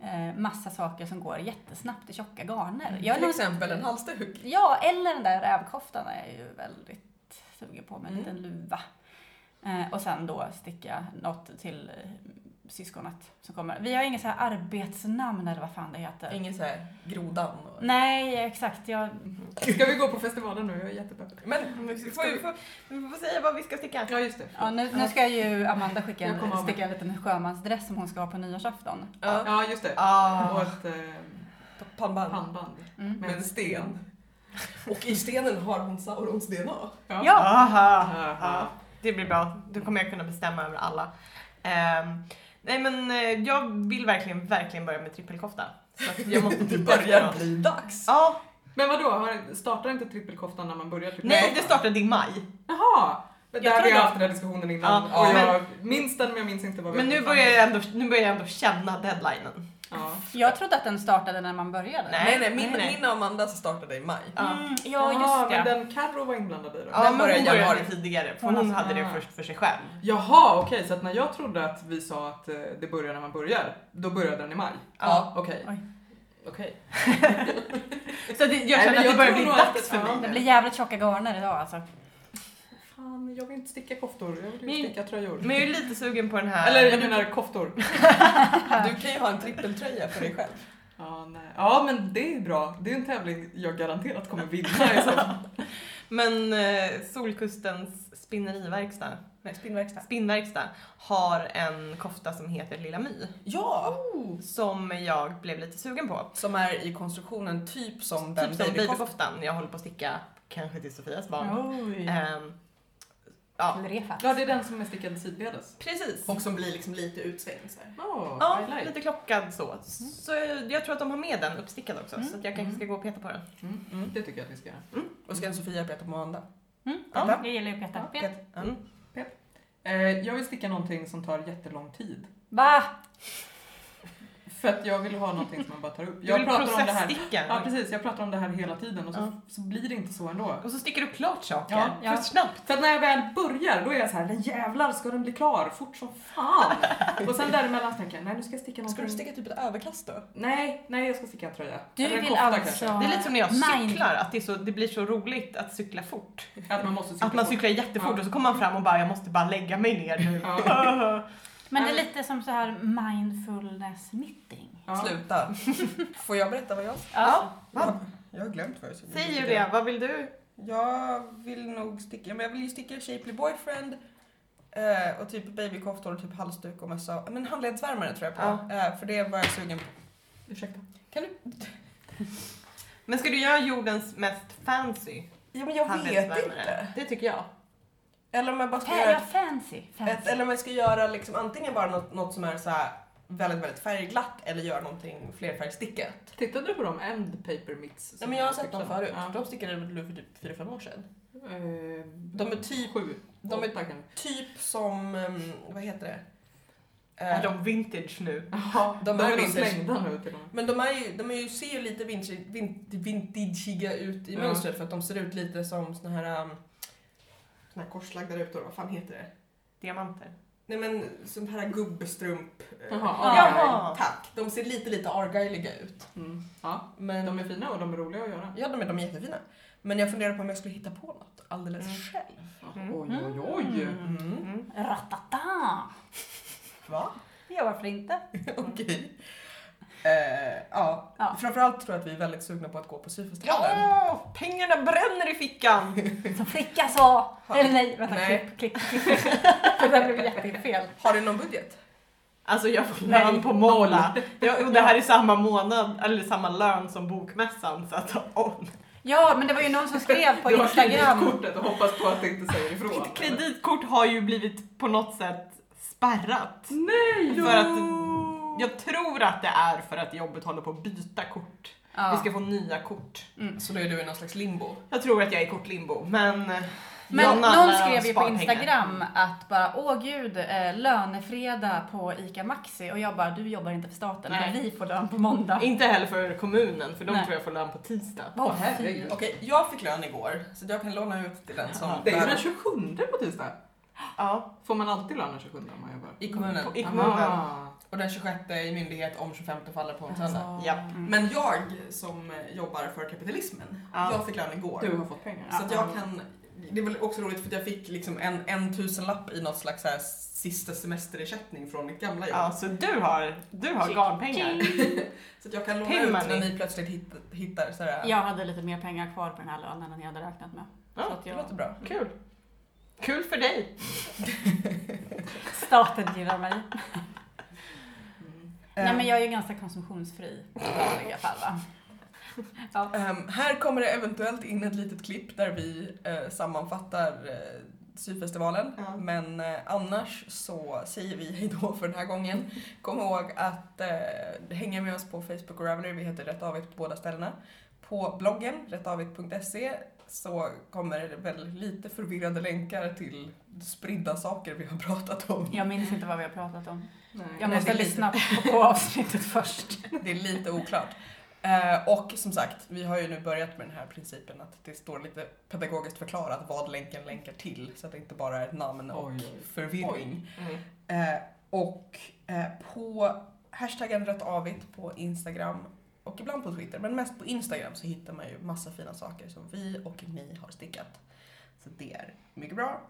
B: eh, massa saker som går jättesnabbt i tjocka garner. Jag är
A: Till
B: någon-
A: exempel en halsduk.
B: Ja, eller den där rävkoftan är jag ju väldigt sugen på med en
A: Mm.
B: liten luva. Eh, och sen då sticka något till eh, syskonet som kommer. Vi har inget så här arbetsnamn eller vad fan det heter.
A: Ingen så här grodan. Och...
B: Nej, exakt. Jag...
D: Ska vi gå på festivalen nu? Jag är jättepepp.
A: Men vi
C: Ska vi, få, vi får säga vad vi ska sticka.
D: Ja, just det.
B: Ja, nu, nu ska ju Amanda skicka
D: Jag kommer
B: en,
D: av mig.
B: sticka en liten sjömansdress som hon ska ha på nyårsafton.
A: Ja.
D: Ja, just det.
C: Ah.
D: Och ett eh,
A: Pannband.
D: pannband.
B: Mm.
A: Med en sten. Och i stenen har hon Saurons DNA.
B: Ja.
C: Aha.
D: Aha.
C: Det blir bra. Då kommer jag kunna bestämma över alla. Ehm, nej men eh, jag vill verkligen, verkligen börja med trippelkofta. Så att jag måste
A: Det
C: titta efter
A: börjar
C: något.
A: bli dags.
C: Ja,
D: Men vadå, har- startar inte trippelkoftan när man börjar trippelkoftan?
C: nej det startade i maj.
D: Jaha! Det
B: Jag
D: där har
B: tror
D: vi
B: jag-
D: haft den här diskussionen innan
C: Ja,
D: och
C: men-
D: jag minns den men jag minns inte vad vi
C: Men nu
D: kom fram
C: börjar
D: till.
C: jag ändå, nu börjar jag ändå känna deadlinen.
D: Ja.
B: Jag trodde att den startade när man började.
C: Nej.
A: Nej, nej, min,
C: nej, nej.
A: min och Amandas startade i maj.
C: Ja.
B: Mm, ja,
D: Jaha,
B: just
D: men
B: det.
D: den Carro var inblandad i då?
C: Ja,
A: Den
C: men
A: börjar
C: hon
A: i
C: började Ah.
A: januari.
C: tidigare för
B: Hon
C: hon
D: har-
C: hade det först för sig själv.
D: Jaha, okej, så att när jag trodde att vi sa att eh, det börjar när man börjar, då började den i maj?
C: Ja.
D: Okej.
B: Oj.
D: Okej.
C: Så det, jag
D: Nej,
C: känner
D: men
C: att det
D: jag
C: börjar
D: tror
C: bli
D: nog
C: dags
D: att-
C: för
D: ja.
C: mig
B: Det
C: nu.
B: blir jävligt tjocka garner idag alltså.
D: Fan, jag vill inte sticka koftor, jag vill
C: Men-
D: sticka tröjor.
C: Men jag är lite sugen på den här.
D: Eller jag menar koftor.
A: Du kan ju ha en trippeltröja för dig själv.
D: Ja, nej. ja, men det är bra. Det är en tävling jag garanterat kommer vinna. liksom. i så fall.
C: Men eh, Solkustens spinneriverkstad,
A: Nej, spinnverkstad.
C: spinnverkstad, har en kofta som heter Lilla My.
A: Ja!
C: Oh. Som jag blev lite sugen på.
A: Som är i konstruktionen typ som den
C: Typ som
A: babykoftan.
C: babykoftan jag håller på att sticka, kanske till Sofias barn.
B: Oj.
C: Ehm, ja,
B: Till Refat.
D: Ja, det är den som är stickad sidledes.
C: precis.
A: Och som blir liksom lite utsvängd så här.
D: Oh,
C: Ja,
D: I like.
C: lite klockad så. Så jag, jag tror att de har med den uppstickad också,
B: Mm.
C: så att jag kanske ska gå och peta på den.
D: Mm, mm, det tycker jag att vi ska göra.
A: Och ska en Sofia peta på Amanda.
B: Mm,
C: Ja.
B: jag gillar ju Peter. Peter.
A: Peta. Ja.
C: Mm.
D: Eh, jag vill sticka någonting som tar jättelång tid.
B: Va?
D: För att jag vill ha någonting som man bara tar upp.
C: Du
D: Jag
C: vill
D: pratar om det här.
C: processsticka.
D: Ja, precis. Jag pratar om det här hela tiden och så,
C: Ja.
D: så blir det inte så ändå.
C: Och så sticker du klart saker.
D: Ja,
B: ja.
C: För snabbt.
D: För att när jag väl börjar, då är jag så här, nej jävlar ska den bli klar, fort som fan. och sen däremellan så tänker jag, nej nu ska jag sticka
A: Ska
D: någonting.
A: du sticka typ ett överkast då?
D: Nej, nej jag ska sticka en tröja.
B: Du
D: Eller en
B: vill
D: kofta
B: alltså...
D: kanske.
C: Det är lite som när jag
B: Mind-
C: cyklar, att det, är så, det blir så roligt att cykla fort.
D: Att man måste cykla
C: Att man
D: fort.
C: cyklar jättefort
D: Ja.
C: och så kommer man fram och bara, jag måste bara lägga mig ner nu.
D: Ja.
B: Men det är lite som så här mindfulness meeting. Alltså,
D: Ja.
A: Sluta. Får jag berätta vad jag
B: Ja.
A: Ja, jag har glömt vad jag sa.
C: Säg Julia, vad vill du?
A: Jag vill nog sticka, ja, men jag vill ju sticka Shapely Boyfriend eh, och typ babykoftor och typ halsduk och mössa. Men handledsvärmare tror jag på. Eh, för det var jag sugen på.
D: Ursäkta.
A: Kan du?
C: Men ska du göra jordens mest fancy
A: Ja men jag vet
C: handledsvärmare?
A: inte.
C: Det tycker jag.
A: Eller om jag bara ska
B: Fa-
A: göra
B: ja, fancy.
A: ett, eller
B: fancy.
A: om jag ska göra liksom antingen bara något, något som är så här väldigt, väldigt färgglatt eller göra någonting flerfärgstickat. Liksom.
D: Tittade du på dem end paper mitts?
A: Ja, men jag har sett
D: tipsade?
A: dem förut.
D: Ja.
A: De stickade väl för typ 4-5 år sedan.
D: Eh,
A: De är typ,
D: Sju.
A: de är
D: Åtta kanske.
A: typ som, ehm, vad heter det? Eh,
C: Är de vintage nu?
D: Ja,
A: de
D: de,
A: är
D: är nog
A: vintage.
D: slängda nu till och med.
A: Men de, är ju, de är ju, ser ju lite vintage, vin- vintageiga ut i
D: Ja.
A: mönstret för att de ser ut lite som såna här, um, såna här korslagda rutor, vad fan heter det?
C: Diamanter.
A: Nej men sånt här gubbstrump. eh,
D: Jaha,
C: Jaha.
A: Tack. De ser lite lite argyliga ut.
D: Mm. Ja,
A: Men,
D: de är fina och de är roliga att göra.
A: ja, de är, de är jättefina. Men jag funderar på om jag skulle hitta på något alldeles
C: Mm.
A: själv.
C: Mm.
D: Oj, oj, oj.
B: Mm.
A: Mm.
C: Mm.
B: Ratata!
A: Va?
B: Ja, varför inte?
A: Okej. Eh, ja.
B: Ja.
A: framförallt tror jag att vi är väldigt sugna på att gå på syfestivalen.
C: Ja, pengarna bränner i fickan!
B: Som flicka sa!
A: Ha-
B: Eller nej, vänta,
A: Nej.
B: klipp, klipp, klipp. Det där blev jättefel.
A: Har du någon budget?
C: Alltså jag får
B: Nej,
C: lön på måndag. Jag, och det här är samma månad, eller samma lön som bokmässan. Så att om.
B: Ja, men det var ju någon som skrev på
D: Du har
B: Instagram.
D: kreditkortet och hoppas på att det inte säger ifrån.
C: Mitt kreditkort har ju blivit på något sätt spärrat.
D: Nej!
C: För att, jag tror att det är för att jobbet håller på att byta kort. Vi
B: Ja.
C: ska få nya kort.
A: Så då är du i någon slags limbo.
C: Jag tror att jag är i kortlimbo, men... jag
B: Men någon
C: nallar
B: skrev ju på
C: sparpengar.
B: Instagram att bara åh gud, eh, lönefredag på ICA Maxi och jag bara du jobbar inte för staten,
C: Nej.
B: men vi får lön på måndag.
C: Inte heller för kommunen, för de
B: Nej.
C: tror jag får lön på tisdag.
B: Åh,
D: herregud.
B: fy.
A: Okej, jag fick lön igår så jag kan låna ut till den som
C: Ja,
D: Det är ju den
A: behöver.
D: 27 på tisdag.
C: Ja,
D: Får man alltid lön den 27 om man jobbar?
A: i kommunen.
C: på- i kommunen.
D: Ah.
A: Och den 26 i myndighet om 25 faller på en söndag.
B: Alltså.
C: Ja.
A: Men jag som eh, jobbar för kapitalismen,
C: Ja.
A: jag fick lön igår.
D: Du har fått pengar.
A: Så att jag kan... Det är väl också roligt för att jag fick liksom en, en tusenlapp i något slags så här sista semesterersättning från mitt gamla jobb.
C: ja, så du har, du har
B: Ching,
C: garnpengar.
A: Så att jag kan låna
C: Pay
A: ut
C: money.
A: när ni plötsligt hitt, hittar sådär.
B: Jag hade lite mer pengar kvar på den här lönen än jag hade räknat med.
C: Ja,
B: så att
A: Det
B: jag,
A: låter bra.
C: Kul. Kul för dig.
B: staten gillar mig.
D: Mm.
B: Nej
A: Ehm,
B: men jag är ju ganska konsumtionsfri i vanliga fall va? Ja.
A: ehm, här kommer det eventuellt in ett litet klipp där vi eh, sammanfattar eh, syfestivalen.
C: Ja.
A: Men eh, annars så säger vi hejdå för den här gången. Kom ihåg att eh, hänga med oss på Facebook och Ravelry. Vi heter Rätt Avigt på båda ställena. På bloggen rättavigt.se så kommer det väl lite förvirrade länkar till spridda saker vi har pratat om.
B: Jag minns inte vad vi har pratat om.
D: Nej.
B: Jag
A: Nej,
B: måste
A: det är
B: lyssna på avsnittet först.
A: Det är lite oklart. Eh, och som sagt, vi har ju nu börjat med den här principen att det står lite pedagogiskt förklarat vad länken länkar till så att det inte bara är ett namn och
D: Oj, oj.
A: förvirring.
C: Mm.
A: Eh, och eh, på hashtaggen röttavigt på Instagram och ibland på Twitter, men mest på Instagram så hittar man ju massa fina saker som vi och ni har stickat. Så det är mycket bra.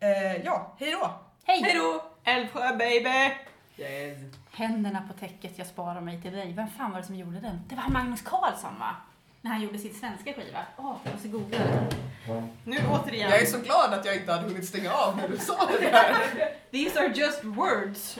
A: Eh, ja, hej då!
B: Hej!
C: Hejdå! Älvsjö baby!
D: Yes.
B: Händerna på täcket, jag sparar mig till dig. Vem fan var det som gjorde den? Det var Magnus Carlsson va? När han gjorde sitt svenska skiva. Åh, jag måste googla det.
C: Nu återigen.
A: Jag är så glad att jag inte hade hunnit stänga av när du sa det här.
C: These are just words.